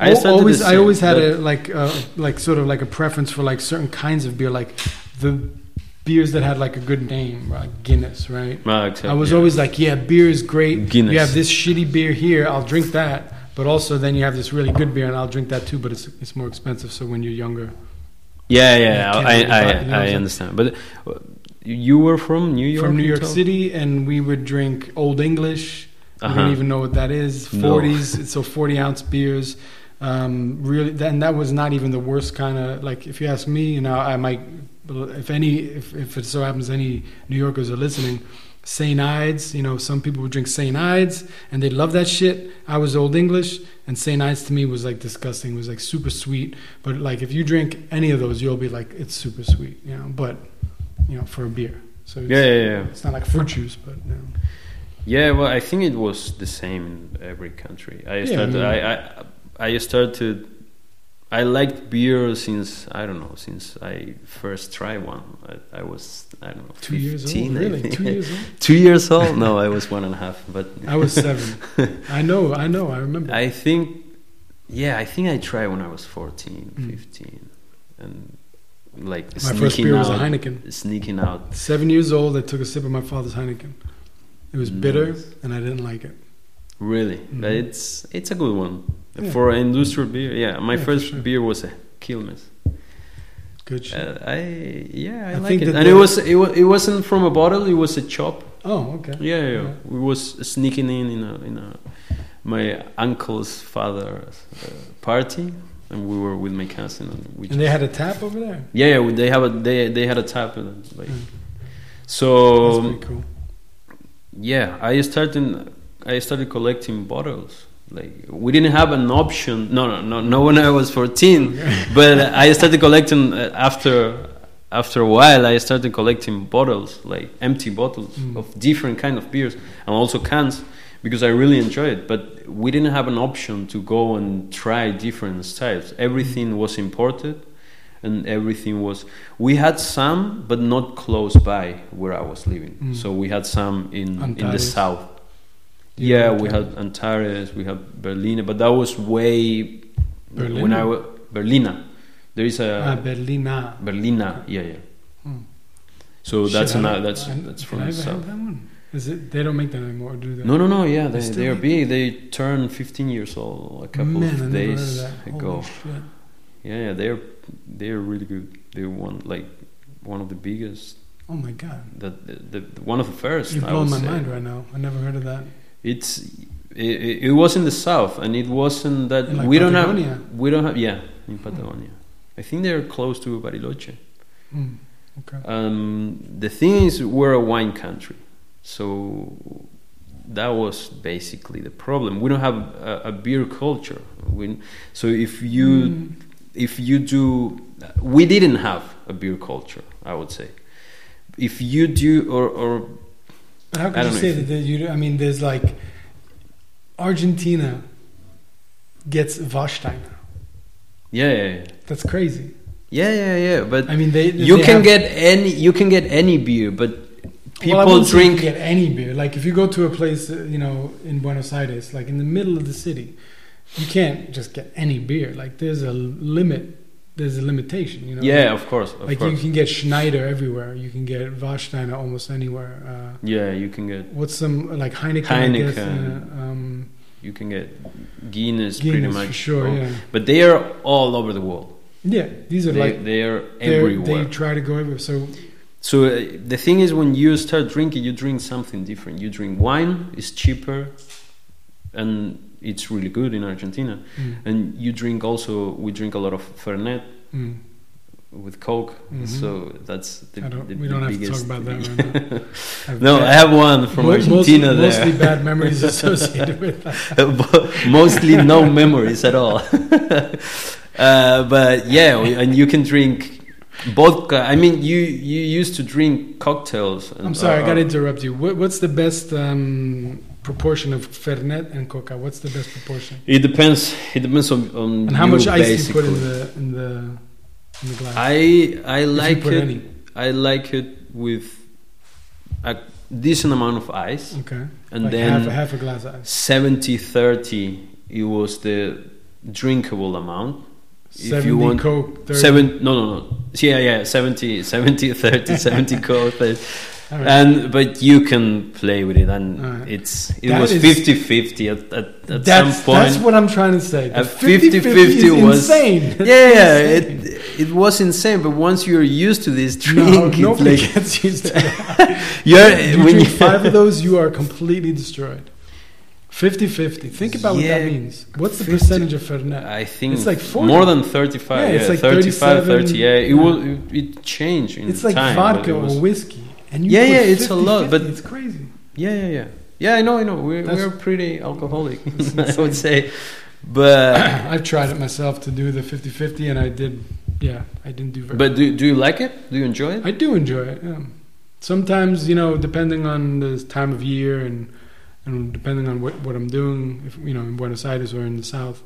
I Al- started the always, I same, always had but- a like, uh, like sort of like a preference for like certain kinds of beer, like the beers that had like a good name, like Guinness, right? Ah, exactly, I was yeah. always like, yeah, beer is great. Guinness. You have this shitty beer here, I'll drink that. But also, then you have this really good beer, and I'll drink that too. But it's it's more expensive. So when you're younger, Yeah, You yeah, can't I, really I, buy- you know what I, I'm saying? understand. But uh, you were from New York? from New you York told- City, and we would drink Old English. I don't Uh-huh. even know what that is. No. Forties, so forty ounce beers. Um, really, then that was not even the worst kind of like. If you ask me, you know, I might. If any, if, if it so happens, any New Yorkers are listening. St. Ides, you know, some people would drink St. Ides and they love that shit. I was Old English, and St. Ides to me was like disgusting. It was like super sweet, but like if you drink any of those, you'll be like, it's super sweet, you know. But you know, for a beer, so it's, Yeah, yeah, yeah. it's not like fruit juice, but you know. Yeah, well, I think it was the same in every country. I Yeah, started. I I, I, I started. I liked beer since I don't know since I first tried one. I, I was I don't know Two years old, 15, I really? think. Two years old? Two years old? No, I was one and a half. But I was seven. I know, I know, I remember. I think, yeah, I think I tried when I was 14, Mm. 15. And like My sneaking first beer out, was a Heineken. Sneaking out. Seven years old, I took a sip of my father's Heineken. It was bitter, Nice. and I didn't like it. Really. But Mhm. it's it's a good one. Yeah. For an industrial beer, yeah. My Yeah, for first sure. beer was a Kilmes. Good shit. Uh, I yeah, I, I like think it. that And it the- was it, wa- it wasn't from a bottle, it was a chop. oh, okay. Yeah, yeah. Yeah. We was sneaking in in a in a my uncle's father's uh, party and we were with my cousin and we And they had a tap over there. Yeah, yeah, they have a they they had a tap in it, like Mm. That's so. pretty cool. Yeah, I started I started collecting bottles. Like we didn't have an option. No, no, no, no. When I was fourteen, but I started collecting uh, after after a while. I started collecting bottles, like empty bottles Mm. of different kind of beers and also cans because I really enjoy it. But we didn't have an option to go and try different styles. Mm. Everything was imported, and everything was. We had some, but not close by where I was living. Mm. So we had some in in the Antares. south. Do you Yeah, know we Antares? had Antares, we had Berlina, but that was way when I Berliner? was Berlina. There is a ah, Berlina. Berlina. Yeah, yeah. Hmm. So Shit, Oh, that's I another. don't- That's I- that's from did I the ever have south. that one? Is it? They don't make that anymore, do they? No, no, no. Yeah, They they still they are make big. They turn 15 years old a couple Man, I of never heard days of that. Holy ago. shit. Yeah, yeah, they're they're really good. They're one like one of the biggest. Oh my god! The, the, the one of the first. You're I blowing my would say. mind right now. I never heard of that. It's it, it- it was in the south, and it wasn't that In, like, we don't Patagonia? have we don't have yeah in Patagonia. I think they're close to Bariloche. Mm, okay. Um, the thing is, we're a wine country, so that was basically the problem. We don't have a, a beer culture. We, so if you Mm. if you do, we didn't have a beer culture. I would say, if you do or or But How I can you don't say know that, that you? I mean, there's like Argentina gets Warsteiner. yeah yeah yeah That's crazy. yeah yeah, yeah but I mean, they you they can have- get any you can get any beer, but well, I people wouldn't say you drink. can get any beer. Like if you go to a place, uh, you know, in Buenos Aires, like in the middle of the city, you can't just get any beer. Like there's a limit there's a limitation, you know. yeah, of course. Of like course. you can get Schneider everywhere. You can get Warsteiner almost anywhere. yeah, you can get Uh, what's some like Heineken? I guess, Heineken. uh, um, you can get Guinness, pretty Guinness much. for sure. all- Yeah, But they are all over the world. yeah. These They, are like they are they're- they everywhere. try to go everywhere. So so uh, the thing is, when you start drinking, you drink something different. You drink wine; it's cheaper, and it's really good in Argentina. mm, And you drink also. We drink a lot of Fernet mm. with Coke. Mhm. So that's the, I don't, the, we the don't have to talk biggest. about that right now. I've no, bad- I have one from mo- Argentina mostly, there. Mostly bad memories associated with that. mostly no memories at all. uh, but yeah, we- and you can drink vodka. I mean, you you used to drink cocktails. And, I'm sorry, I uh, got to interrupt you. What, what's the best um, proportion of Fernet and Coca? What's the best proportion? It depends. It depends on on And how you, much ice basically. do you put in the in the in the glass? I I If you like put it. any. I like it with a decent amount of ice, Okay. and like then half, half a glass of ice. 70 30 It was the drinkable amount. if 70 you want- Coke, 30. Seven, no, no, no. Yeah, yeah, 70, 70, 30, 70 code. but- All right. And but you can play with it, and Alright. it's it That was is- 50 50 at, at, at some that's, point. that's what I'm trying to say. The At 50 50-50 was- insane. yeah, yeah, Insane. it it was insane. But once you're used to this drink, No, it's nobody like gets used to that. you're You when drink you- five of those, you are completely destroyed. 50 50. Think about what that Yeah, means. What's the 50 percentage of Fernet? I think It's like 40. more than 35. Yeah, Yeah, it's like 35, 37. 38. It was it, it changed in It's like time, but vodka it was- or whiskey, and you Yeah, put yeah, it's a lot, 50-50, but- it's crazy. Yeah, yeah, yeah. Yeah, I know, I know. We're, That's- we're pretty alcoholic, That's I insane. would say. But I've tried it myself to do the 50-50, and I did. Yeah, I didn't do very. but do, do you like it? Do you enjoy it? I do enjoy it. Yeah. Sometimes you know, depending on the time of year and and depending on what, what I'm doing, if you know, in Buenos Aires or in the south,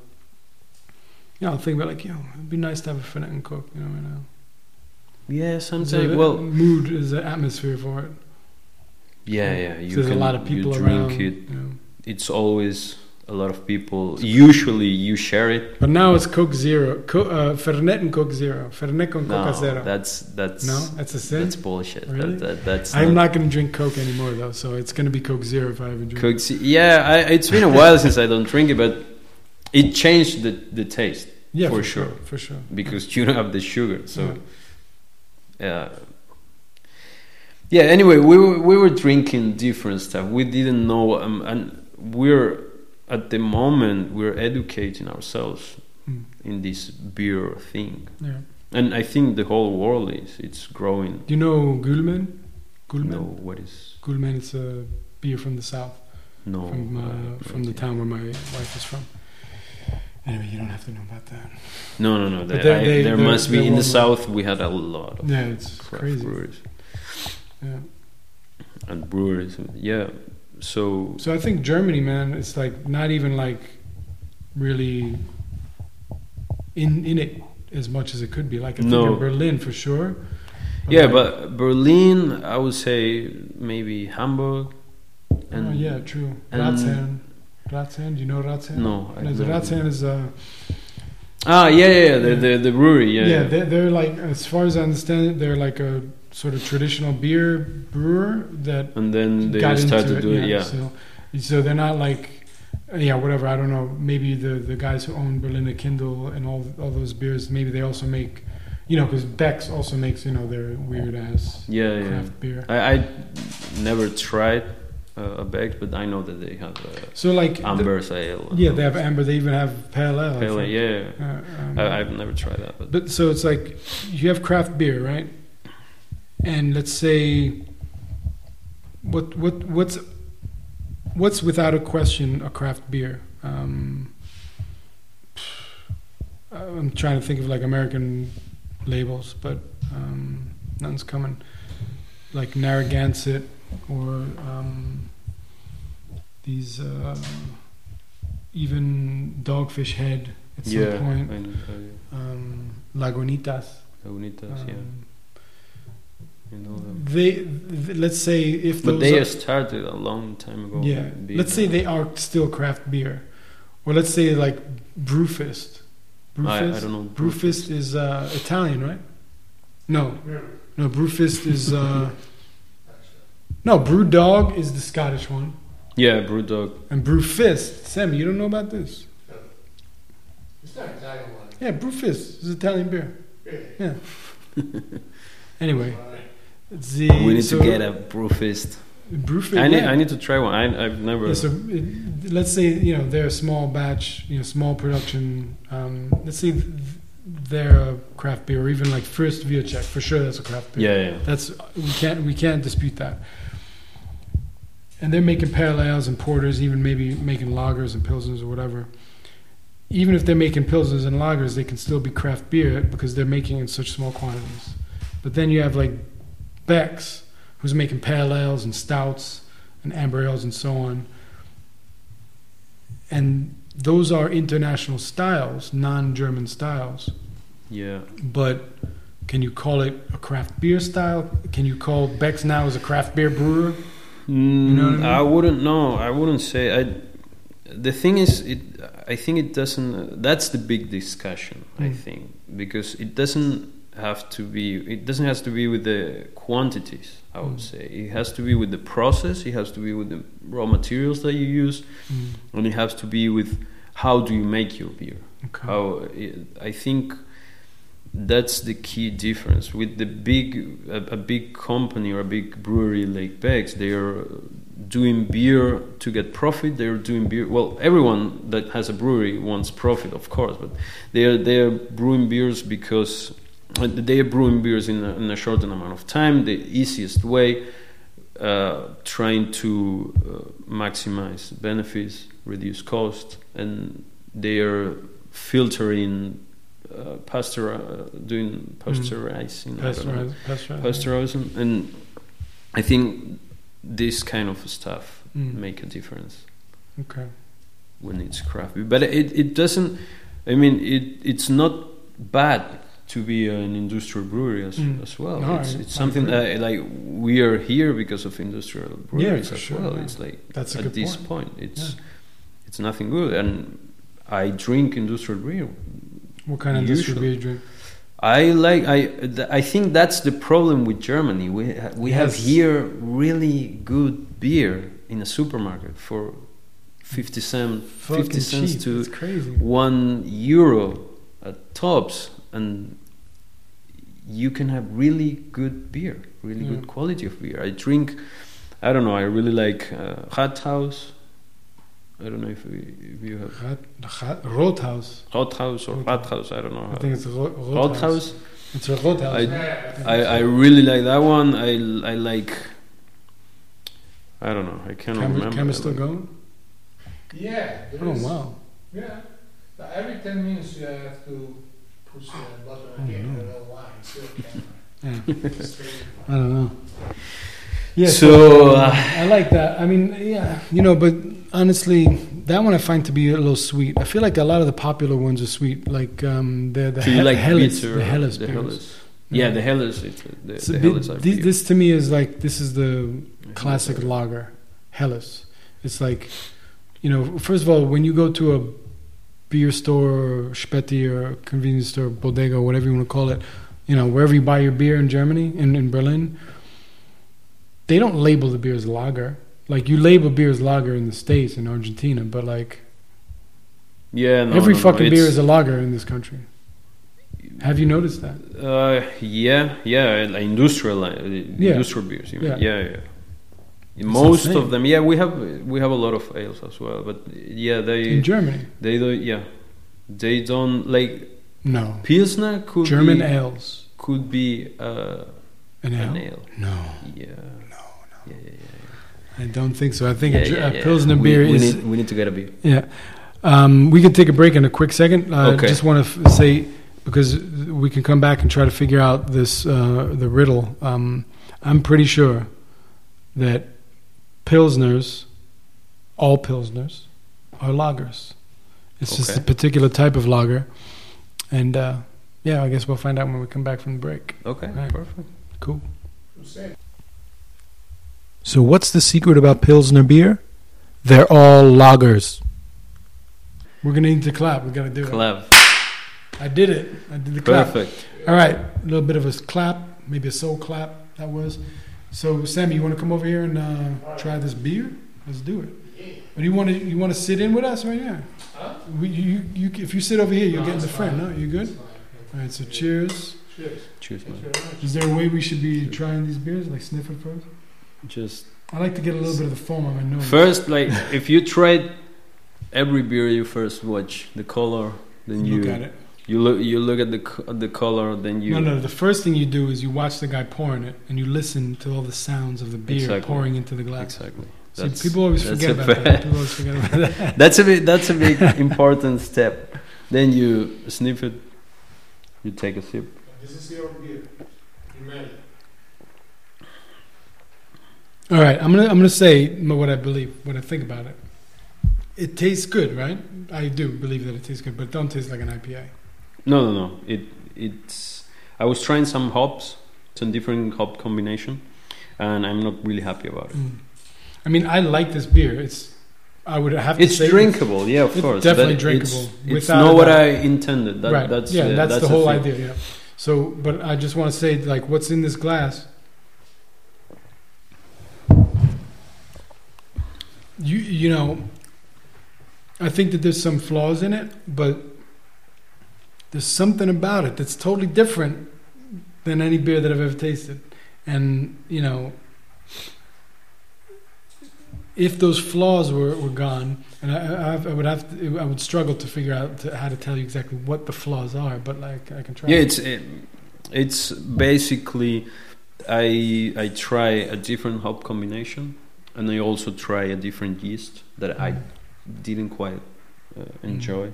you know, I'll think about like, yo, it'd be nice to have a Fernet and Coke, you know, right now. Yeah, There's sometimes. a Well, mood is an atmosphere for it. yeah, yeah. You there's can- a lot of you people drink around. it. you know. It's always a lot of people. Usually, you share it. But now it's Coke Zero, Co- uh, Fernet and Coke Zero, Fernet con Coca No, Zero. that's that's no, that's a sin. that's bullshit. Really? That, that, that's I'm not going to drink Coke anymore though, so it's going to be Coke Zero if I ever drink. Cooks. Yeah, I, it's been a while since I don't drink it, but it changed the the taste yeah, for sure. for sure. because you don't have the sugar. So, yeah. Yeah. Anyway, we were, we were drinking different stuff. We didn't know, um, and we're at the moment we're educating ourselves Mm. in this beer thing, Yeah. and I think the whole world is it's growing. Do you know Gulmen? Gulmen. No, what is Gulmen is a beer from the south, no from uh, uh, from the town where my wife is from. Anyway, you don't have to know about that. No, no, no. But there- they- I- they- there they're- must be they're in the well known. south. We had a lot of Yeah, it's craft crazy. brewers Yeah. and brewers. Yeah. So So I think Germany, man, it's like not even like really in in it as much as it could be. Like I think No. in Berlin for sure. Yeah, like- but Berlin, I would say maybe Hamburg. And oh, yeah, true. and- Ratzhahn. Ratzhahn, do you know Ratzhahn? No, I No, the don't know. Ratzhahn is uh, Ah, yeah, yeah, yeah, the the, the brewery, yeah. yeah, yeah. They're, they're like as far as I understand it, they're like a sort of traditional beer brewer that and then Mm, they got started into to do it. it, yeah. So, so they're not like, yeah, whatever. I don't know. Maybe the the guys who own Berliner Kindle and all all those beers, maybe they also make, you know, because Beck's also makes you know their weird ass yeah, yeah. craft beer. I, I never tried uh, a bag, but I know that they have uh, So like, the- Amber's ale. and yeah, all they have this. amber. They even have pale ale. I Pale ale, think. yeah. yeah. Uh, um, I, I've never tried that, but But so it's like you have craft beer, right? And let's say what what what's what's without a question a craft beer. Um, I'm trying to think of like American labels, but um, none's coming. Like Narragansett or um, these uh, even Dogfish Head at some yeah, point I, know, um, Lagunitas. I, Unitas, yeah, Um, you know them. they, th- let's say if But those they are- started a long time ago. yeah, being- let's say they are still craft beer, or let's say like Brewfist. I, Brewfist. I don't know. Brewfist is uh, Italian, right? No, No. no. Brewfist is uh, no. Brewdog is the Scottish one, Yeah, Brewdog. and Brewfist. Sammy, you don't know about this? It's not Italian wine. Yeah, Brewfist is Italian beer. Really? Anyway, it's the We need so to get a Brewfist. Brewfist. I need, yeah. I need to try one. I, I've never. Yeah, so it, let's say you know they're a small batch, you know, small production. Um, let's say th- they're a craft beer, or even like First Via Check. For sure, that's a craft beer. yeah, yeah. That's we can't we can't dispute that. And they're making parallels and porters, even maybe making lagers and pilsners or whatever. Even if they're making pilsners and lagers, they can still be craft beer because they're making in such small quantities. But then you have like Beck's, who's making parallels and stouts and amber ales and so on. And those are international styles, non-German styles Yeah. but can you call it a craft beer style? Can you call Beck's now as a craft beer brewer? Mm, know what I mean? I wouldn't know. I wouldn't say. I. The thing is, it. I think it doesn't. That's the big discussion. I Mm. think because it doesn't have to be. It doesn't has to be with the quantities. I would Mm. say it has to be with the process. It has to be with the raw materials that you use, Mm, and it has to be with how do you make your beer. Okay. How i- I think that's the key difference with the big a, a big company or a big brewery like Beck's. They are doing beer to get profit. They are doing beer. Well, everyone that has a brewery wants profit, of course, but they are they are brewing beers because they are brewing beers in a, in a shortened amount of time, the easiest way. Uh, trying to uh, maximize benefits, reduce cost, and they are filtering uh, pasteur uh, doing pasteurizing I don't know, Pasteurize- pasteurize. pasteurism and i think this kind of stuff Mm. make a difference Okay. when it's craft beer. but it, it doesn't i mean it it's not bad to be an industrial brewery as, Mm. as well No, it's, I- it's I something agree. that like we are here because of industrial breweries for as sure, well yeah. it's like That's a at good this point. point, it's it's nothing good and i drink industrial beer What kind of industrial Usual. beer you drink? I like I th- I think that's the problem with Germany. We ha- we have Yes. here really good beer in a supermarket for fifty cent, fifty Fucking cents cheap. to it's crazy. one euro at tops, and you can have really good beer, really Yeah. good quality of beer. I drink, I don't know, I really like uh, Hot House. I don't know if, we, if you have Rat, Rat- Rothaus. Hot House or Rothaus. Hot House. I don't know. I think it's Ro- Hot Rothaus. House. It's a Rothaus. I- Yeah. I, I really like that one. I, I like. I don't know. I cannot Camera, remember. camera still going? Yeah. there Oh is. wow! Yeah. But every 10 minutes you have to push the Oh, button again, no. the little line, still camera. Yeah. Just waiting I for- don't know. Yeah. So, uh, I like that. I mean, yeah, you know, but honestly, that one I find to be a little sweet. I feel like a lot of the popular ones are sweet, like um, the the Do you Hel- like Hellas, bitter? the Hellas, The beers. Hellas. Yeah, the Hellas. It, the It's a the bit- Hellas. thi- IPA. this to me is like this is the I classic think lager, Hellas. It's like, you know, first of all, when you go to a beer store or Spetti or convenience store, bodega, or whatever you want to call it, you know, wherever you buy your beer in Germany, in, in Berlin, they don't label the beer as lager. Like, you label beer as lager in the States, in Argentina, but like, Yeah. No, every no, no, fucking it's- beer is a lager in this country. Have you noticed that? Uh, yeah, yeah. Like industrial, uh, Yeah. industrial beers. You mean. Yeah. Yeah, yeah. Most insane. of them, yeah, we have we have a lot of ales as well, but yeah, In they Germany? they don't, yeah, they don't like No. Pilsner could German be, ales. could be uh, An ale? an ale, No. yeah, no, no, yeah, yeah, yeah. I don't think so. I think a, Yeah, Ger- yeah, a yeah. Pilsner We- beer we is. Need, we need to get a beer. yeah. Um, we can take a break in a quick second. I Okay. just want to f- say, because we can come back and try to figure out this uh, the riddle. Um, I'm pretty sure that Pilsners, all Pilsners, are lagers. It's just Okay. a particular type of lager. And uh, yeah, I guess we'll find out when we come back from the break. Okay, Right. perfect. Cool. Who said? So, what's the secret about Pilsner beer? They're all lagers. We're going to need to clap. we got to do it. Clap. I did it. I did the clap. Perfect. All right, a little bit of a clap, maybe a soul clap that was. So, Sammy, you want to come over here and uh, try this beer? Let's do it. But you want to you want to sit in with us right now? Huh? We, you, you, if you sit over here, you'll No, get in the it's front. No, fine. you good? It's fine. All right. So, cheers. Cheers. Cheers, Thank man. you very much. Is there a way we should be trying these beers, like sniff it first? Just I like to get a little bit of the foam on my nose. First, like if you tried every beer, you first watch the color, then you look at it. you look you look at the co- at the color, then you no, no. The first thing you do is you watch the guy pouring it, and you listen to all the sounds of the beer Exactly. pouring into the glass. exactly. See, people always that's forget a about fair- that. People always forget about that. That's a big that's a big important step. Then you sniff it, you take a sip. This is your beer. Remember. All right, I'm gonna I'm gonna say m- what I believe, what I think about it. It tastes good, right? I do believe that it tastes good, but it don't taste like an IPA. No, no, no. It it's. I was trying some hops, some different hop combination, and I'm not really happy about it. Mm. I mean, I like this beer. It's I would have to It's say drinkable, yeah, of It's course. definitely but drinkable, It's, it's without not a what doubt. I intended. That, right. That's yeah, the, that's, that's the whole thing. idea. Yeah. So, but I just want to say, like, what's in this glass? You you know, I think that there's some flaws in it, but there's something about it that's totally different than any beer that I've ever tasted, and you know. If those flaws were, were gone, and I, I, I would have to, I would struggle to figure out to, how to tell you exactly what the flaws are, but like I can try. Yeah, it's it, it's basically I I try a different hop combination, and I also try a different yeast that I Mm. didn't quite uh, enjoy.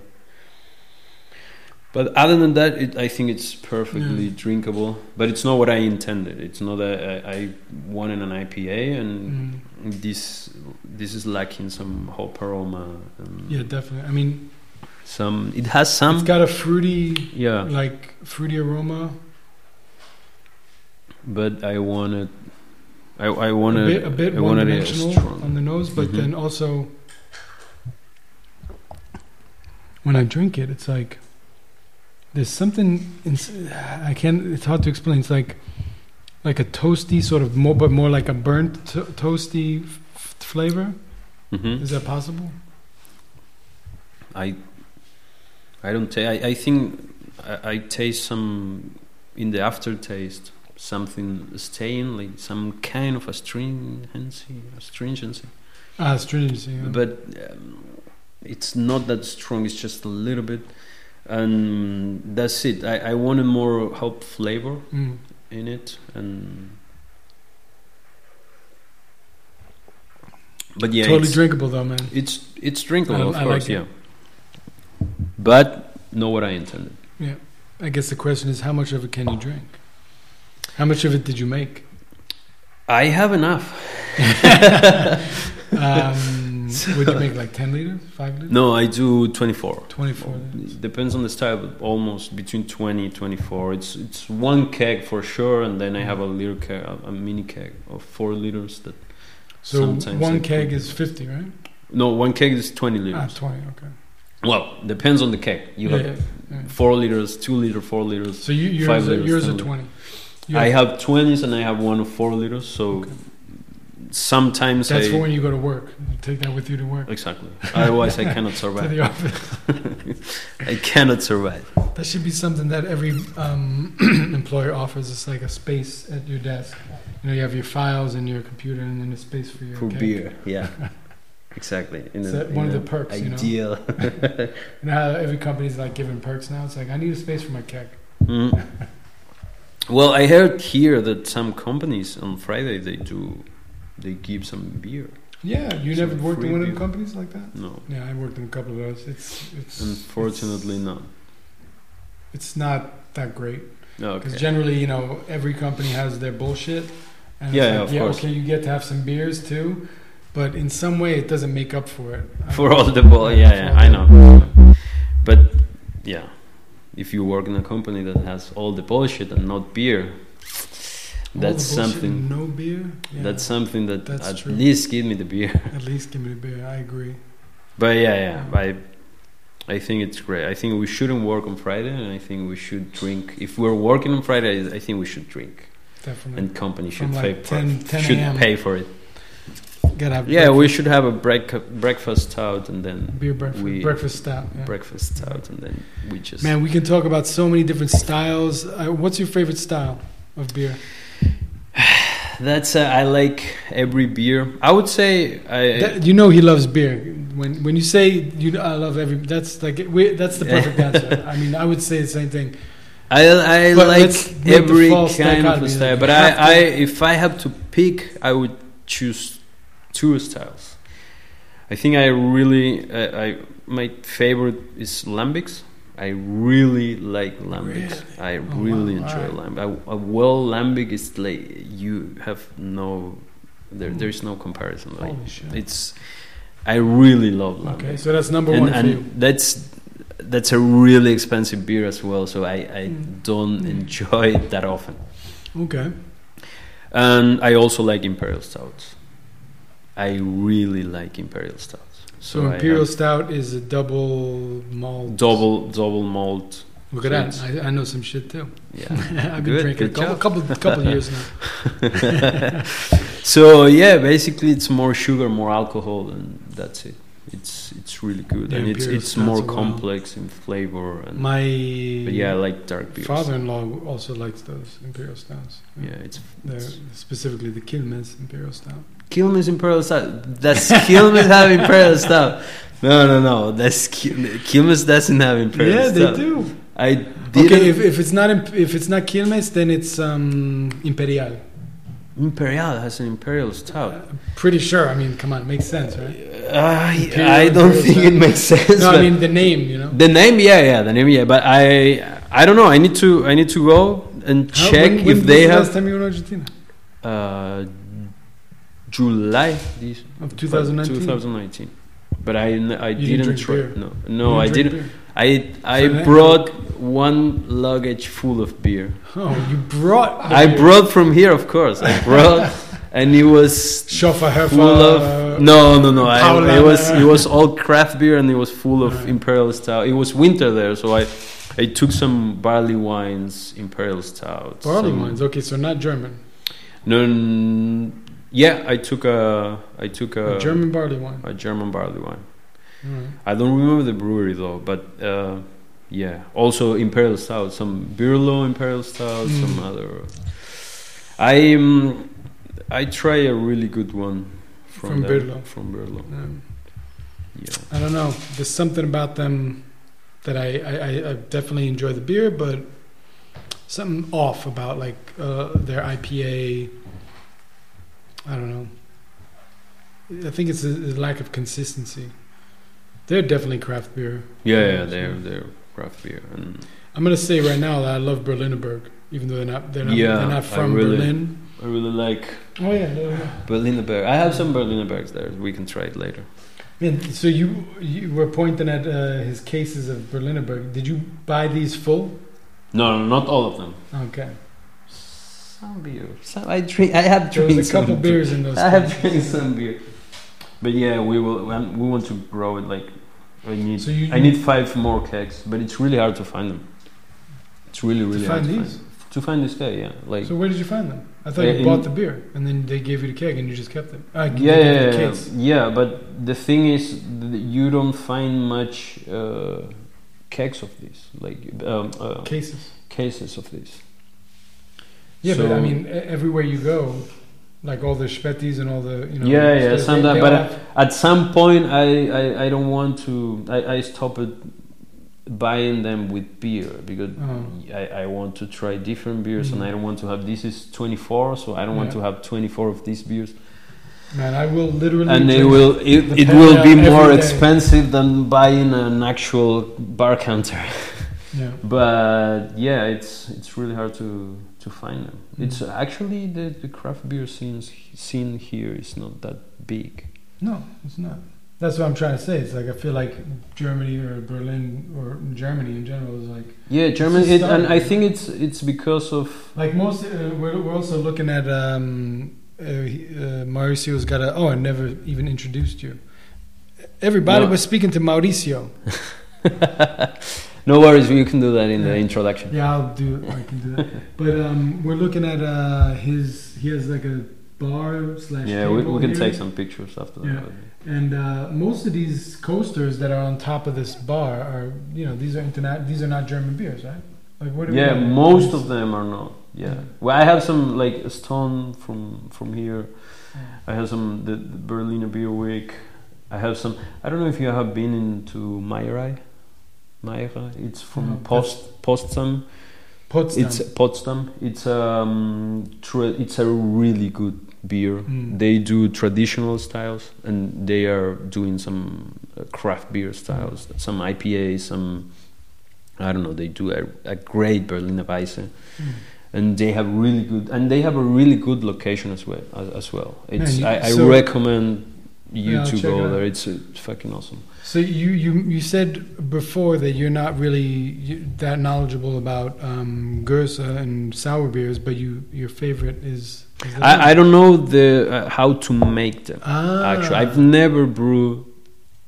But other than that, it, I think it's perfectly drinkable. But it's not what I intended. It's not that I, I wanted an IPA, and Mm, this this is lacking some hop aroma. And yeah, definitely. I mean, Some it has some. it's got a fruity, yeah. like fruity aroma, but I wanted, I I a wanted bit, a bit I wanted it one-dimensional Um, strong. on the nose, but Mhm. then also when I drink it, it's like there's something. ins I can't. It's hard to explain. It's like like a toasty sort of more, but more like a burnt to- toasty f- f- flavor. Mhm. Is that possible? I I don't ta- I, I think I, I taste some in the aftertaste something staying like some kind of astringency astringency, Ah, stringency. Yeah. but um, it's not that strong. It's just a little bit, and that's it. I I wanted more hop flavor Mm. in it and. But yeah, totally it's- drinkable though, man. It's it's drinkable, I- of I like course, it. yeah. But not what I intended. I guess the question is, how much of it can you drink? How much of it did you make? I have enough. Um, would you make like ten liters, five liters, No, I do 24. twenty-four? liters? Depends on the style, but almost between 20 24. It's it's one keg for sure, and then I have a little keg, a, a mini keg of four liters. That So sometimes I one put- keg is fifty, right? no, one keg is 20 Ah, liters. twenty. Okay. Well, depends on the keg. You Ah. Yeah, have yeah, yeah. four liters, two liter, four liters. So you, yours, Five are, liters, yours ten are twenty. You I have 20s and I have one of four liters. So Okay. sometimes That's I for when you go to work. You take that with you to work. Exactly. Otherwise, I cannot To survive. the office. I cannot survive. That should be something that every um, employer offers. It's like a space at your desk. You know, you have your files and your computer, and then a space for your For keg. beer, yeah. Exactly. In It's a- that one in of a the perks, you know? Ideal. You know how every company's like giving perks now? It's like, I need a space for my keg. Mm. Well, I heard here that some companies on Friday they do, they give some beer. Yeah, you So never worked in free one of the beer. companies like that? No, Yeah, I worked in a couple of those. It's it's unfortunately not. it's, it's not that great No, because okay. generally, you know, every company has their bullshit. And it's Yeah, like, yeah, of yeah, course. okay, you get to have some beers too, but in some way, it doesn't make up for it. I- For all the bull, yeah, for yeah, all I the know. But yeah, if you work in a company that has all the bullshit and not beer, All that's the bullshit something. and No beer. Yeah, That's something that That's at true. least give me the beer. at least give me the beer. I agree. But yeah, yeah, I I think it's great. I think we shouldn't work on Friday, and I think we should drink. If we're working on Friday, I think we should drink, Definitely. and company From should pay like for 10, 10 should a.m. pay for it. Gotta have Yeah, breakfast, we should have a break, breakfast out, and then beer breakfast, we- breakfast stout. yeah. breakfast out, and then we just Man, we can talk about so many different styles. Uh, what's your favorite style of beer? That's uh, I like every beer. I would say I That- you know he loves beer. When when you say you I love every that's like we, that's the perfect answer. I mean, I would say the same thing. I, I But let's like make the every false kind dichotomy, of style, like, but you I, have I to- if I had to pick, I would choose two styles. I think I really uh, I my favorite is lambics. I really like lambics. I Oh, wow, really enjoy alright. lambic. I, a well lambic is like you have no there. There is no comparison. Like Holy shit. it's I really love lambic Oh. Okay, so that's number and, one and for you. that's that's a really expensive beer as well so i, I Mm. don't Mm. enjoy it that often Okay, and i also like imperial stouts i really like imperial stouts so, I imperial have stout is a double malt. double double malt Look at that. I, I know some shit too. yeah I've been Good, drinking good a couple couple, couple years now. so yeah basically it's more sugar more alcohol and that's it it's it's really good The and it's imperial it's more stouts are wow. complex in flavor and My but yeah i like dark beers father-in-law also likes those imperial stouts. yeah it's They're specifically the Kilmes imperial stout. Kilmes Imperial Stout. Does Kilmes have Imperial Stout? No, no, no. That's Kil- Kilmes doesn't have Imperial yeah, Stout. they do. I didn't. Okay, if, if it's not imp- if it's not Quilmes, then it's um, Imperial. Imperial has an Imperial Stout. Pretty sure. I mean, come on, makes sense, right? I, Imperial I don't Imperial think Stout. it makes sense. No, but I mean the name. You know, the name, yeah, yeah, the name, yeah. But I, I don't know. I need to, I need to go and How- check when- if when they was the have. Last time you were in Argentina Uh, July this of 2019. 2019. But I, n- I You didn't didn't drink try. beer. No, You no, I drink didn't. beer? I I So then- brought one luggage full of beer. Oh, you brought. the I beer. brought from here, of course. I brought, and it was Schofer Heffer. full uh, of no, no, no. I, it Paulaner. was it was all craft beer, and it was full of Alright. imperial stout. It was winter there, so I I took some barley wines, imperial stout, barley some- wines. Okay, so not German. No, n- yeah, I took a I took a, A German barley wine. a German barley wine. All right. I don't remember the brewery though, but uh, yeah. Also Imperial Stout, some Birlo Imperial Stout, Mm. some other. I um, I try a really good one from, From them, Birlo. From Birlo, Um, yeah. I don't know. There's something about them that I, I, I- I definitely enjoy the beer, but something off about like uh, their IPA. I don't know. I think it's a, a lack of consistency. They're definitely craft beer. yeah, yeah, they're they're craft beer and I'm gonna say right now that I love Berlinerberg, even though they're not they're not, Yeah, they're I not from really- Berlin. I really like Oh yeah, no, Berliner Berg. I have some Berliner Bergs there. We can try it later. Man, so you you were pointing at uh, his cases of Berlinerberg. Did you buy these full? No, no, not all of them. Okay. Some beer. Some, I drink. I have There drinks. was a couple beers in those. I have things. drank some beer, but yeah, we will. when- We want to grow it. Like I need, So you- I need five more kegs, but it's really hard to find them. It's really, really to hard find to these. find to find this guy. Yeah, like So where did you find them? I thought Uh, you in- bought the beer and then they gave you the keg and you just kept it. Uh, they yeah, gave yeah, you the yeah, case. yeah, But the thing is, th- you don't find much uh, kegs of this, like um, uh, cases. cases of this. Yeah, but So- I mean, e- everywhere you go, like all the Spettis and all the you know. Yeah, yeah, they- they some that- all but- have- At some point, I, I, I don't want to. I, I stopped buying them with beer because Oh. I, I want to try different beers and Mhm. I don't want to have. This is 24, so I don't want Yeah. to have 24 of these beers. man, I will literally. and it drink- will it, the it will be Pale Ale more every day. expensive than buying an actual bar counter. Yeah. But yeah, it's it's really hard to to find them. Mhm. It's actually the, the craft beer scene scene here is not that big. No, it's not. That's what I'm trying to say. It's like I feel like Germany or Berlin or Germany in general is like Yeah, Germany, just it, and I starting. think it's it's because of Like most, uh, we're, we're also looking at um, uh, he- uh, Mauricio's got a. Oh, I never even introduced you. Everybody No. was speaking to Mauricio. no worries, you can do that in the Yeah. introduction. Yeah, I'll do. I can do that. But um, we're looking at uh, his. He has like a bar slash. Yeah, we, table we can here. take some pictures after that. Yeah. but- And uh, most of these coasters that are on top of this bar are, you know, these are interna- These are not German beers, right? Like what? do we Yeah, have? Hmm. most of them are not. Yeah, Yeah. well, I have some like Stone from from here. Yeah. I have some the, the Berliner Beer Week. I have some. I don't know if you have been into Mayrei. Mayrei. It's from No, Post Potsdam. Potsdam. It's Potsdam. It's um tra- it's a really good beer. Mm. They do traditional styles and they are doing some uh, craft beer styles, some IPA, some I don't know. They do a, a great Berliner Weisse Mm. and they have really good and they have a really good location as well as, as well it's you- i, I so- recommend you Yeah, I'll to check it go out. there it's, uh fucking awesome So you, you you said before that you're not really you, that knowledgeable about um, Gersa and sour beers, but you your favorite is. is the I, I don't know the uh, how to make them ah, actually i've never brewed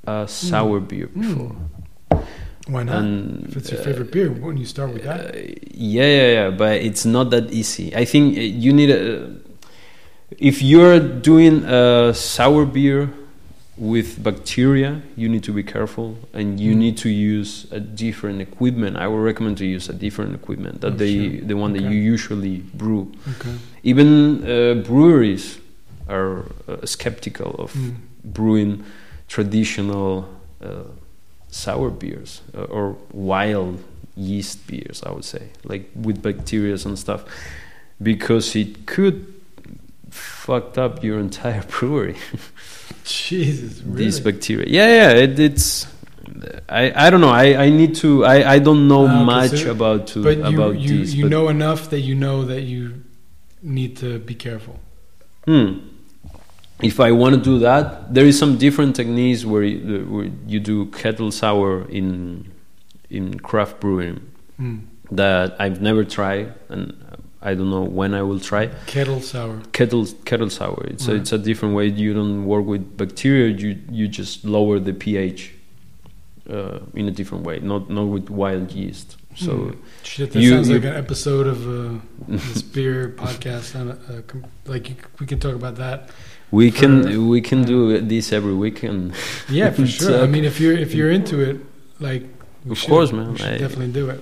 a sour beer before Why not? and Hmm. if it's your uh, favorite beer, wouldn't you start with that? Uh, yeah, yeah, yeah, but it's not that easy. I think uh, you need a. If you're doing a sour beer with bacteria, you need to be careful, and you Mm. need to use a different equipment. I would recommend to use a different equipment that Oh, they sure. the one that Okay. you usually brew. Okay. Even uh, breweries are uh, skeptical of Mm. brewing traditional uh, sour beers uh, or wild yeast beers, I would say, like with bacteria and stuff, because it could fucked up your entire brewery. Jesus, really? These bacteria, yeah, yeah, it, it's. I, I don't know. I, I need to. I, I don't know Ah, okay, much so- about to, but you about you, these. you but- know enough that you know that you need to be careful. hmm, if I want to do that, there is some different techniques where you, where you do kettle sour in in craft brewing Mm. that I've never tried and I don't know when I will try Kettle sour. kettle kettle sour. It's a, Right. it's a different way. You don't work with bacteria. You you just lower the pH uh, in a different way. Not not with wild yeast. So. Hmm. Shit, that You- sounds you- like an episode of uh, this beer podcast. On a, a, com- like you, c- we can talk about that. We For- can we can do this every weekend. Yeah, for sure. I Exactly. mean, if you're if you're into it, like we Of should- course, man. we should I- definitely do it.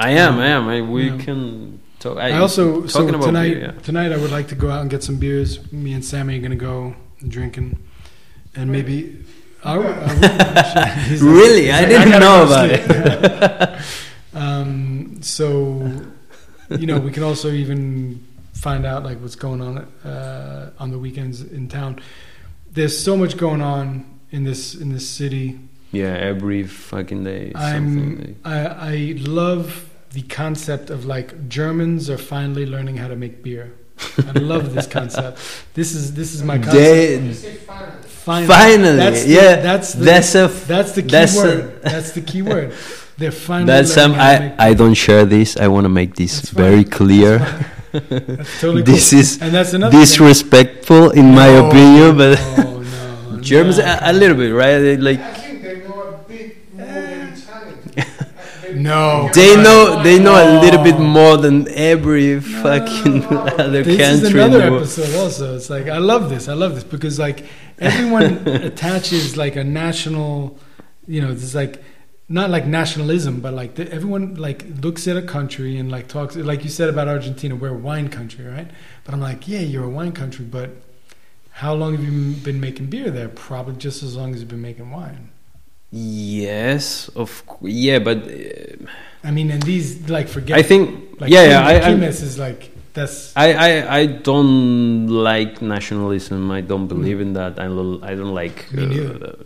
I am, I am. I, we Yeah. can talk. I, also so talking about tonight beer, yeah. tonight I would like to go out and get some beers. Me and Sammy are gonna go drinking, and maybe. I, I will, actually. He's like- Really? he's I like, didn't gotta know go about sleep." it. Um, so, you know, we can also even find out like what's going on uh, on the weekends in town. There's so much going on in this in this city. Yeah, every fucking day. I'm Something. I, I love the concept of like Germans are finally learning how to make beer. I love this concept. This is this is my concept. You They, say finally. Finally, finally, the, yeah, that's the, that's a. F- that's the key that's a- word. that's the key word. They're finally that's learning some. how to I, make I don't share this. I want to make this That's fine. very clear. That's totally this cool. is and that's another thing. disrespectful, in my No, opinion. But no, no, no. Germans a, a little bit, right? They, like I think they know a bit more Eh. than Italian. They- No. they know they know a little bit Oh. more than every fucking other This is country in another the world. episode. Also, it's like I love this. I love this because like everyone attaches like a national, you know, this like not like nationalism, but like the, everyone like looks at a country and like talks like you said about Argentina. We're a wine country, right? But I'm like, yeah, you're a wine country, but how long have you been making beer there? Probably just as long as you've been making wine. Yes, of cou- yeah, but uh, I mean, and these like forget. I think like, yeah, yeah. I, I, Quilmes is like that's I, I, I don't like nationalism. I don't believe in that. I, lo- I don't like Mm. uh, Me neither.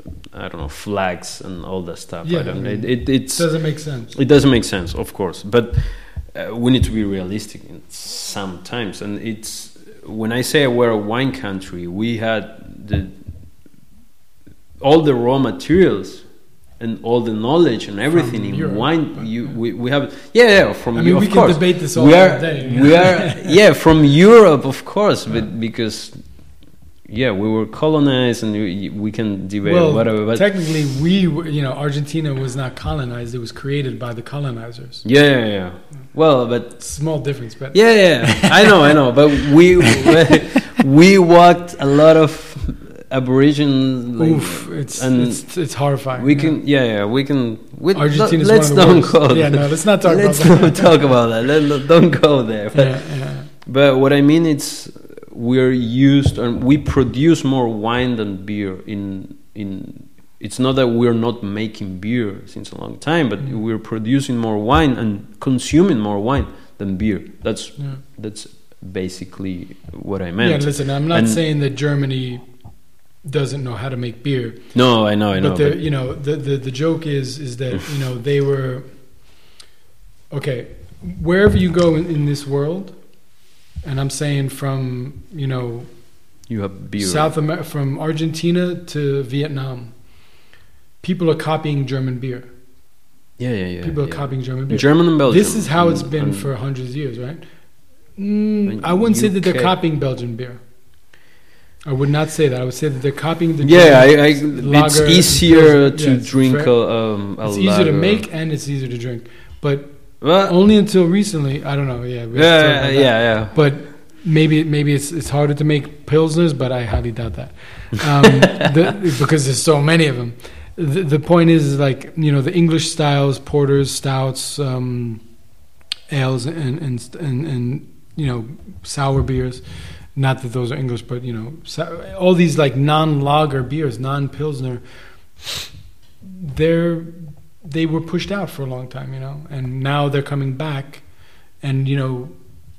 I don't know flags and all that stuff. Yeah, I don't. I mean, it, it, it's doesn't make sense. it doesn't make sense, of course. But uh, we need to be realistic in sometimes. And it's when I say we're a wine country, we had the all the raw materials and all the knowledge and everything in Europe, wine. but- You we, we have yeah yeah from I Eu- mean, we of can course debate this all we are day. we are yeah from Europe of course, but because yeah, we were colonized, and we, we can debate well, whatever. But technically, we were, you know Argentina was not colonized; it was created by the colonizers. yeah, yeah, yeah. Well, but Small difference, but yeah, yeah. I know, I know. But we we walked a lot of aborigine. Like, oof, it's, and it's it's horrifying. we yeah. can, yeah, yeah. We can. We, Argentina's let's one of the don't worst. go. Yeah, there. no, let's not talk let's about not that. talk about that. Let, let- don't go there. But, yeah, yeah. but what I mean it's we're used and we produce more wine than beer. In in it's not that we're not making beer since a long time, but Mm. we're producing more wine and consuming more wine than beer. That's Yeah. that's basically what I Yeah, meant. listen, I'm not And- saying that Germany doesn't know how to make beer, no, I know, I know. but, the but- you know the, the the joke is is that you know they were okay wherever you go in, in this world, and I'm saying from you know You have beer. South America from Argentina to Vietnam, people are copying German beer. yeah, yeah, yeah. people are yeah. copying German beer. German and Belgium. This is how it's and- been and- for hundreds of years, right? And Mm, I wouldn't say that they're UK. copying Belgian beer. I would not say that. I would say that they're copying the yeah, I, German I, it's lager, easier pilsner. to Yeah, it's drink fre- a, um, a It's easier to lager. make and it's easier to drink, but Well, only until recently. I don't know. Yeah, we have to talk yeah, yeah, about that. yeah. But maybe maybe it's it's harder to make pilsners, but I highly doubt that um, the, because there's so many of them. The, the point is, is like you know, the English styles, porters, stouts, um, ales, and and, and and you know, sour beers. Not that those are English, but you know, so, all these like non-lager beers, non-pilsner. They're they were pushed out for a long time, you know, and now they're coming back, and you know,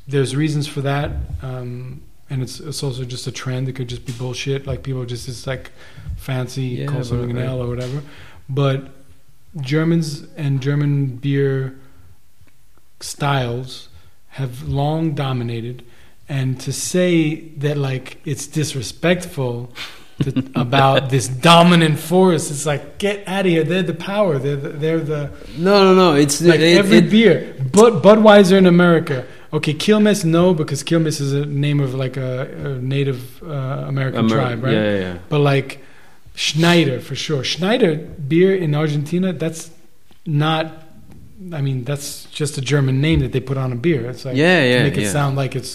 there's reasons for that um, and it's, it's also just a trend it could just be bullshit like people just it's like fancy Yeah, call but something an I- ale or whatever but germans and german beer styles have long dominated and to say that like it's disrespectful to, about this dominant force it's like get out of here they're the power they're the, they're the No, no, no. It's like it- every it- beer. Bud Budweiser in America. Okay, Kilmes no because Kilmes is a name of like a, a Native uh, American Amer- tribe, right? Yeah, yeah, yeah. But like Schneider for sure. Schneider beer in Argentina. That's not. I mean, that's just a German name that they put on a beer. It's like yeah, yeah, make it yeah. sound like it's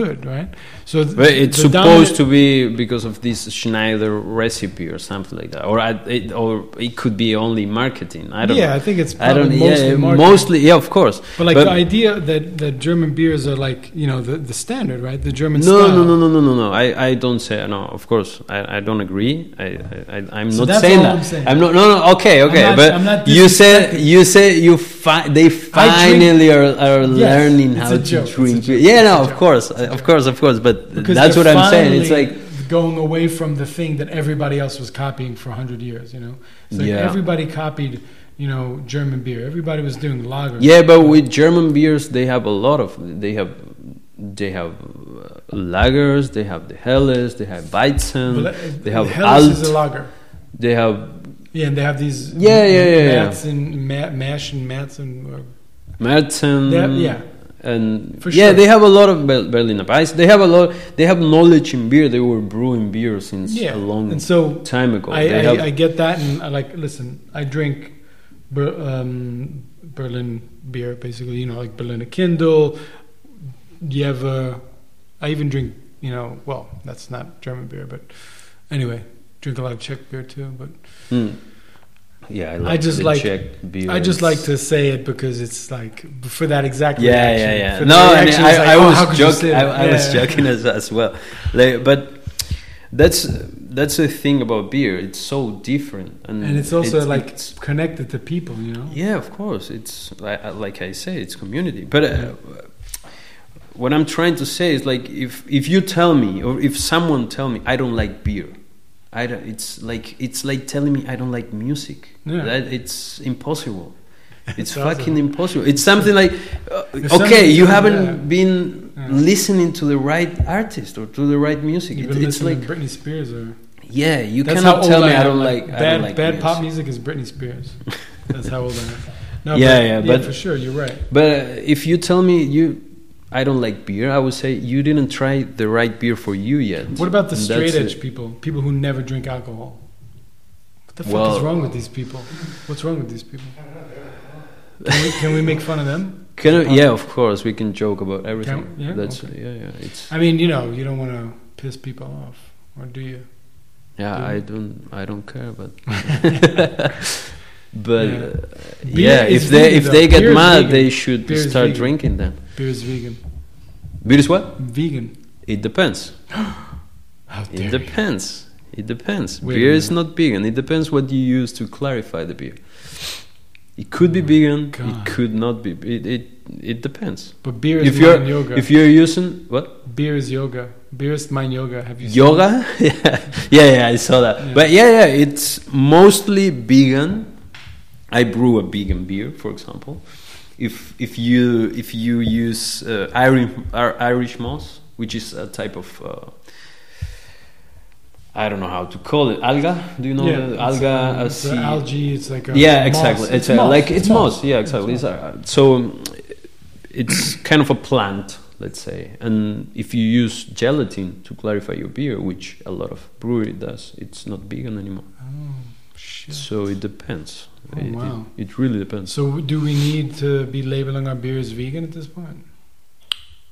good, right? So th- But it's the supposed dominant- to be because of this Schneider recipe or something like that, or I, it, or it could be only marketing. I don't. yeah, know. I think it's I don't. probably yeah, marketing. mostly. Yeah, of course. But like but- the idea that, that German beers are like you know the, the standard, right? The German No, style. no, no, no, no, no, no. I, I don't say no. Of course, I, I don't agree. I, I, I I'm So not that's saying all that. I'm saying. not. No, no. Okay, okay. not- but I'm not you say you say you fi- they finally are, are Yes, learning it's how a to joke, it's a drink. joke, yeah, it's a no, of joke, course, it's a of joke. course, of course. But Because that's they're what I'm saying. It's like finally going away from the thing that everybody else was copying for 100 years, you know? It's like Yeah. everybody copied, you know, German beer. Everybody was doing lager. yeah, but with German beers, they have a lot of they have they have uh, lagers, they have the Helles, they have Weizen, But, uh, Mm. they have Helles is a Alt, lager. they have Yeah, and they have these Yeah, yeah, yeah, yeah. mats and ma- mash and mats and uh, Merten. they have- yeah. and For yeah, sure. they have a lot of Ber- Berliner Weiss. They have a lot. They have knowledge in beer. They were brewing beer since Yeah. a long And so time ago. I, they I, have I get that, and I like listen. I drink Ber, um, Berlin beer, basically. You know, like Berliner Kindle, Jever. I even drink, you know, well, that's not German beer, but anyway, drink a lot of Czech beer too. But Mm. yeah. I, love just the like- Czech beer. I just like to say it because it's like for that exact Yeah, reaction. yeah, yeah. For the No, I, mean, reaction, I, it's like, I oh, how was could you joking. say I, that? I was Yeah. joking as, as well. Like, but that's that's the thing about beer. It's so different, and, And it's also it- like it's- connected to people, you know. Yeah, of course. It's li- uh, like I say, it's community. But Yeah. uh, what I'm trying to say is like if if you tell me or if someone tell me I don't like beer, I don't, it's like it's like telling me I don't like music. Yeah. That it's impossible. It's awesome. fucking impossible. It's something like uh, There's okay, something- you haven't yeah. been Yeah. listening to the right artist or to the right music. You've It, been it's listening like to Britney Spears or yeah, you That's cannot how tell old me I am. don't like bad I don't like bad music. pop music is Britney Spears. That's how old I am. Yeah, yeah, but- for sure you're right. But uh, if you tell me you I don't like beer, I would say you didn't try the right beer for you yet. What about the And straight that's edge it. people? People who never drink alcohol. What the fuck is Well- wrong with these people? What's wrong with these people? Can we, can we make fun of them? Can I- yeah, of course, we can joke about everything. yeah, that's okay. yeah, yeah. It's I mean, you know, you don't want to piss people off, or do you? yeah. Yeah. I don't I don't care, but but Yeah. uh, Beer yeah, is if they vegan, if they though. get Beer is mad, vegan. they should Beer is start vegan. drinking them. Beer is vegan. Beer is what? Vegan. It depends. How It dare you. depends. It depends. Wait a beer is minute. not vegan. It depends what you use to clarify the beer. It could be vegan. Oh God. It could not be. It it, it depends. But beer If is you're mind yoga. if you're using what beer is yoga. Beer is mind yoga. Have you seen it? yoga, yeah, yeah, yeah, I saw that. Yeah. But yeah, yeah, it's mostly vegan. I brew a vegan beer, for example. If if you if you use uh, Irish Irish moss, which is a type of uh, I don't know how to call it alga. Do you know Yeah, the it's, alga? uh, uh, it's a sea- algae. It's like a yeah moss. exactly it's, a- moss, Oh, like it's, moss. yeah It's exactly it's moss. a- so um, it's kind of a plant let's say and if you use gelatin to clarify your beer which a lot of brewery does it's not vegan anymore Oh shit. so it depends Oh, It- it, wow. it really depends So do we need to be labeling our beers vegan at this point?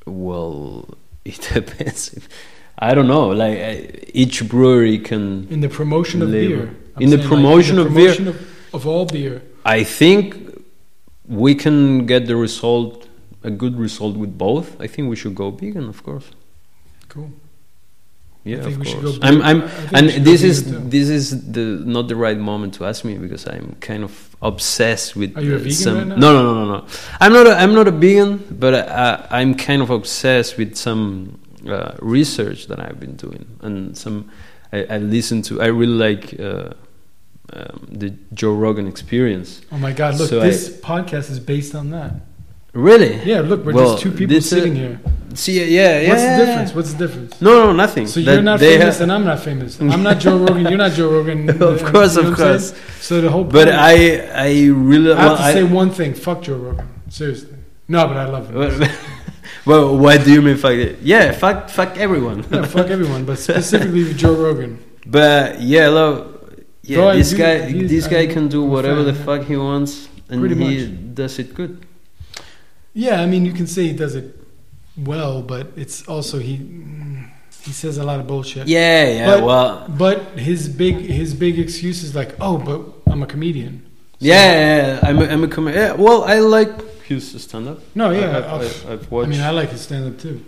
well it depends if, i don't know like uh, each brewery can In the promotion of Label. beer. In the saying, promotion like, of in the beer. promotion of, of all beer. i think we can get the result a good result with both i think we should go vegan of course Cool. Yeah, I think of we should course. go I'm, big. I'm, I think and we should go this big is too. this is the not the right moment to ask me because I'm kind of obsessed with. Are you a uh, vegan some, right now? No, no, no, no, no. I'm not. A, I'm not a vegan, but I, I, I'm kind of obsessed with some uh, research that I've been doing and some. I, I listen to. I really like uh, um, the Joe Rogan Experience. Oh my god, look, So I- this podcast is based on that. Really? Yeah, look, we're Well, just two people this, uh, sitting here. See, yeah, yeah. What's yeah, the difference? yeah. What's the difference? No, no, nothing. So That you're not they famous ha- and I'm not famous. I'm not Joe Rogan, you're not Joe Rogan. Of uh, you course, know of what I'm course. saying? So the whole But point- I, I really. I have well, to say one thing, fuck Joe Rogan. Seriously. No, but I love him. well, well, what do you mean fuck it? Yeah, fuck, fuck everyone. yeah, fuck everyone, but specifically with Joe Rogan. But yeah, love. Yeah, Bro, I this do- guy, he's- this guy I'm- can do I'm whatever the fan, yeah. fuck he wants, and Pretty he does it good. Yeah, I mean, you can say he does it well, but it's also he mm, he says a lot of bullshit. Yeah, yeah. But- well, But his big his big excuse is like, oh, but I'm a comedian. So- yeah, yeah. I'm, a, I'm a com- Yeah, well, I like his stand-up. No, I- yeah. I've, I, I've, I've I watched. mean, I like his stand up too.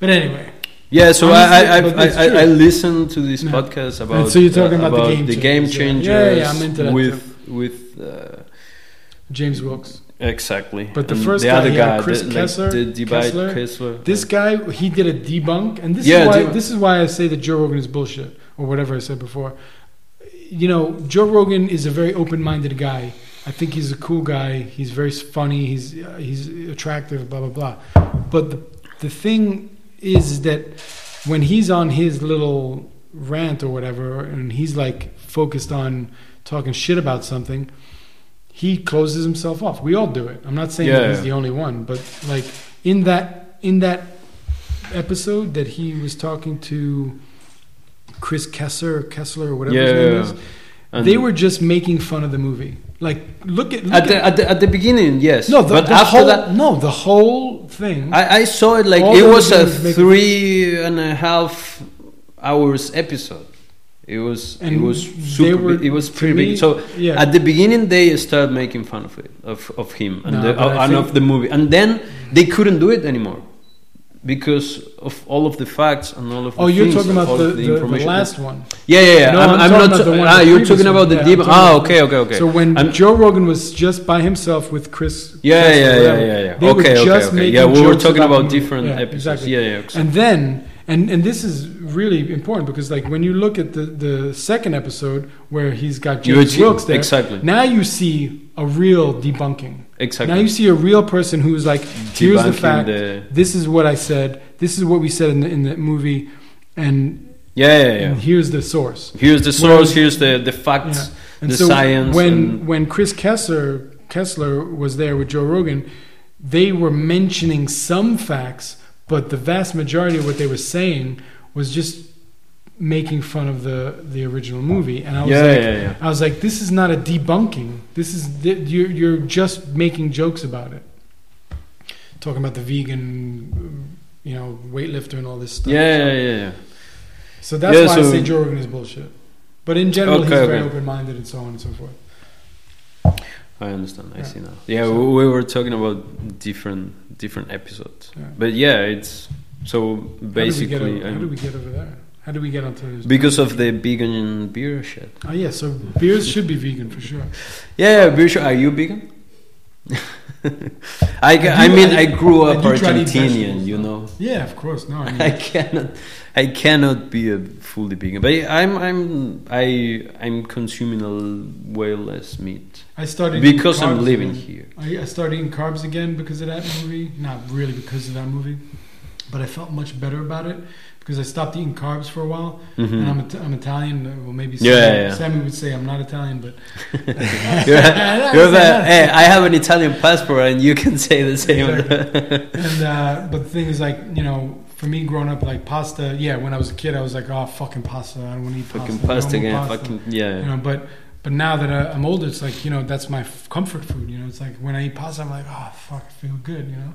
But anyway, yeah, so I, I, I, Honestly, but it's I, true. I, I listen to this Yeah. podcast about. so you're talking about the about game the game changers, changers. yeah. Yeah, yeah, I'm into that with with. Uh, James Wilkes. Exactly. But the And first guy, yeah, Chris the, like, Kessler- the divide Kessler, Kessler, This guy, he did a debunk, and this Yeah, is why debunk. this is why I say that Joe Rogan is bullshit or whatever I said before. You know, Joe Rogan is a very open-minded guy. I think he's a cool guy. He's very funny. He's uh, he's attractive. Blah blah blah. But the the thing is that when he's on his little rant or whatever, and he's like focused on talking shit about something, he closes himself off. We all do it. I'm not saying that Yeah, he's yeah. the only one, but like in that in that episode that he was talking to Chris Kessler, Kessler or whatever his name is, And they were just making fun of the movie. Like, look at, look at the, at the at the beginning, yes. no, the, but the after whole, that, no, the whole thing. I, I saw it like All it those was a videos make- three and a half hours episode. It was it And was they super. were- big. It was to pretty me- big. So yeah, at the beginning, they started making fun of it, of, of him and, No, the, but I and think- of the movie, and then they couldn't do it anymore because of all of the facts and all of the oh, you're things talking and about all the, of the, the information that- last one. Yeah, yeah, yeah. No, I'm, I'm talking I'm not. about the one- ah, the you're previous talking about one. the Yeah, deep. I'm talking Ah, about- okay, okay, okay. So when I'm- Joe Rogan was just by himself with Chris, Kessler, yeah, yeah, yeah, whatever, yeah, yeah. they were Okay, okay, just okay. making Yeah, we were jokes talking about about the movie. different Yeah, episodes. exactly. Yeah, yeah. Exactly. And then, and and this is really important because like when you look at the the second episode where he's got You James achieve- Wilkes there, exactly. now you see a real debunking. Exactly. Now you see a real person who's like, here's the Debunking fact. the- This is what I said. This is what we said in the in the movie, and, yeah, yeah, yeah. and here's the source. Here's the source. Here's the the facts. Yeah. And the so science. when and when Chris Kessler Kessler was there with Joe Rogan, they were mentioning some facts, but the vast majority of what they were saying was just making fun of the the original movie. And I was yeah, like, yeah, yeah. I was like, this is not a debunking. This is th- you're you're just making jokes about it. Talking about the vegan, you know, weightlifter and all this stuff. Yeah, yeah, yeah, yeah. So that's Yeah, why I so- say Joe Rogan is bullshit. But in general, he's Okay, very okay. open-minded and so on and so forth. I understand. I Yeah. see now. Yeah, So- we we were talking about different different episodes, Yeah. but yeah, it's so how did we basically get over, I'm- how did we get over there? How did we get onto this? because of the vegan beer shit. oh yeah, so beers should be vegan for sure. Yeah, yeah beer shit. Are you vegan? I, ca- I do- mean I- I grew up I do try to eat vegetables, Argentinian, you know. Yeah, of course. No, I mean, I cannot, I cannot be a fully vegan. But I'm, I'm, I, I'm consuming a l- way less meat I started eating because I'm carbs living again. here. I, I started eating carbs again because of that movie. Not really because of that movie, but I felt much better about it because I stopped eating carbs for a while. And I'm, Mhm. It- I'm Italian. uh, Well, maybe Yeah, Sammy, yeah, yeah. Sammy would say I'm not Italian, but You're, you're the- hey, I have an Italian passport, and you can say the same. and uh, but the thing is, like you know, for me growing up, like pasta. Yeah, when I was a kid, I was like, oh fucking pasta. I don't want to eat fucking pasta. pasta No more again. pasta." Fucking yeah. you know but but now that I, i'm older it's like you know that's my f- comfort food you know it's like when i eat pasta i'm like oh fuck i feel good you know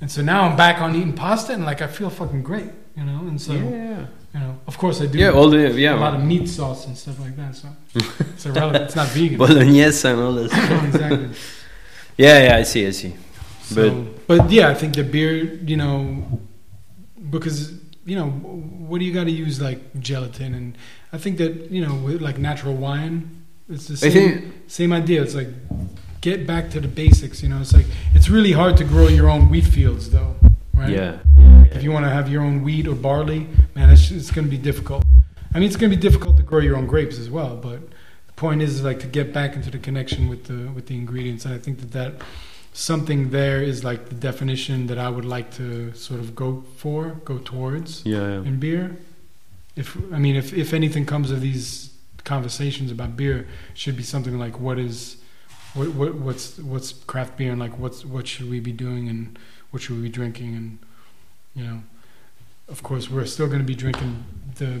and so now i'm back on eating pasta and like i feel fucking great you know and so yeah, you know of course i do yeah, all the a lot yeah, of meat sauce and stuff like that so it's irrelevant it's not vegan bolognese and all this. exactly Yeah, yeah, I see, I see. so, but, yeah i think the beer you know because you know what do you got to use like gelatin and i think that you know with like natural wine it's the I same think same idea. It's like get back to the basics. You know, it's like it's really hard to grow your own wheat fields, though, right? yeah, If you want to have your own wheat or barley, man, it's, it's going to be difficult. I mean, it's going to be difficult to grow your own grapes as well. But the point is, like, to get back into the connection with the with the ingredients, and I think that that something there is like the definition that I would like to sort of go for, go towards yeah, yeah. in beer. If I mean, if if anything comes of these conversations about beer, it should be something like what is, what, what what's what's craft beer and like what's what should we be doing and what should we be drinking and you know, of course we're still going to be drinking the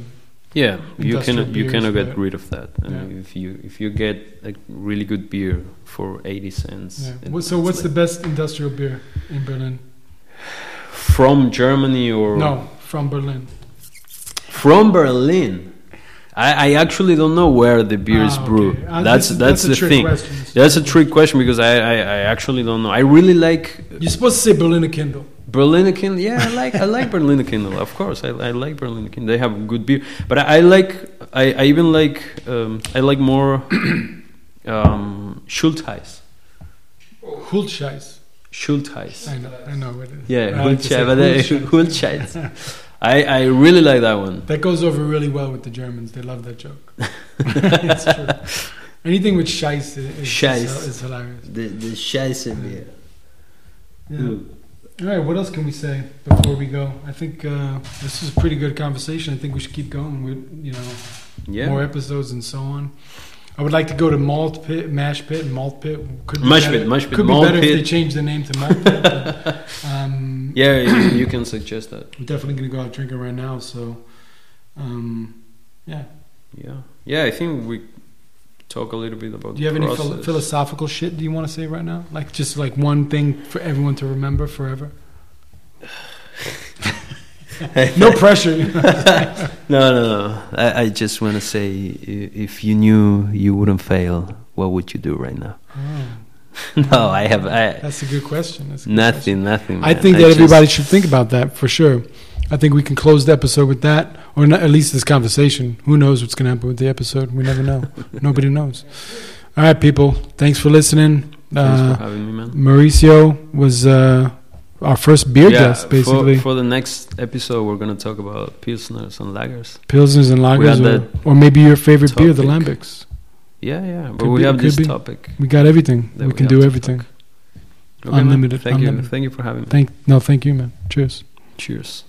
Yeah, you Industrial cannot you beers, cannot get but- rid of that. And Yeah. if you if you get a really good beer for eighty cents, yeah. it- What- so it's what's the like- best industrial beer in Berlin? from Germany or No, from Berlin. from Berlin? I, I actually don't know where the beer is Ah, okay. brewed. Ah, That's this- that's, a the trick thing. question. That's a trick question because I, I, I actually don't know. I really like You're supposed to say Berliner Kindle. Berliner Kindle. Yeah, I like I like Berliner Kindle. Of course, I, I like Berliner Kindle. They have good beer, but I, I like I, I even like um, I like more um, Schultheiß. Hulscheiß. Schultheiß. I know, I know what it is. Yeah, I like to say Hulchai, but they- Hulscheiß. Hulchai. I, I really like that one. That goes over really well with the Germans. They love that joke. it's true. Anything with scheiß is, is, Scheiß. is hilarious. The the Scheisse beer. Yeah. All right, what else can we say before we go? I think uh, this is a pretty good conversation. I think we should keep going with you know Yeah. more episodes and so on. I would like to go to malt pit, mash pit, and malt pit. Could be Mash better- pit, mash pit, Could malt be better if they pit. change the name to malt pit. but, um, Yeah, you, you can suggest that. I'm definitely gonna go out drinking right now. So, um, yeah. Yeah. Yeah, I think we talk a little bit about. Do you have any process. phil- philosophical shit do you want to say right now? Like just like one thing for everyone to remember forever. no pressure. No, no, no. I, I just want to say, i- if you knew you wouldn't fail, what would you do right now? Oh, no, I have I, that's a good question. That's a good nothing, nothing. question. I man. think that just- everybody should think about that for sure. I think we can close the episode with that, or not, at least this conversation. Who knows what's going to happen with the episode? We never know. Nobody knows. All right, people. Thanks for listening. Thanks Uh, for having me, man. Mauricio was uh, our first beer guest, basically. For, for the next episode, we're gonna talk about pilsners and lagers. Pilsners and We had lagers, or, that or maybe your favorite beer, the topic. Lambics. Yeah, yeah. But Could we be- have could this be. topic. We got everything. that we can have do to everything. talk. Okay, man. Unlimited, Thank unlimited. you. Thank you for having me. Thank no, thank you, man. Cheers. Cheers.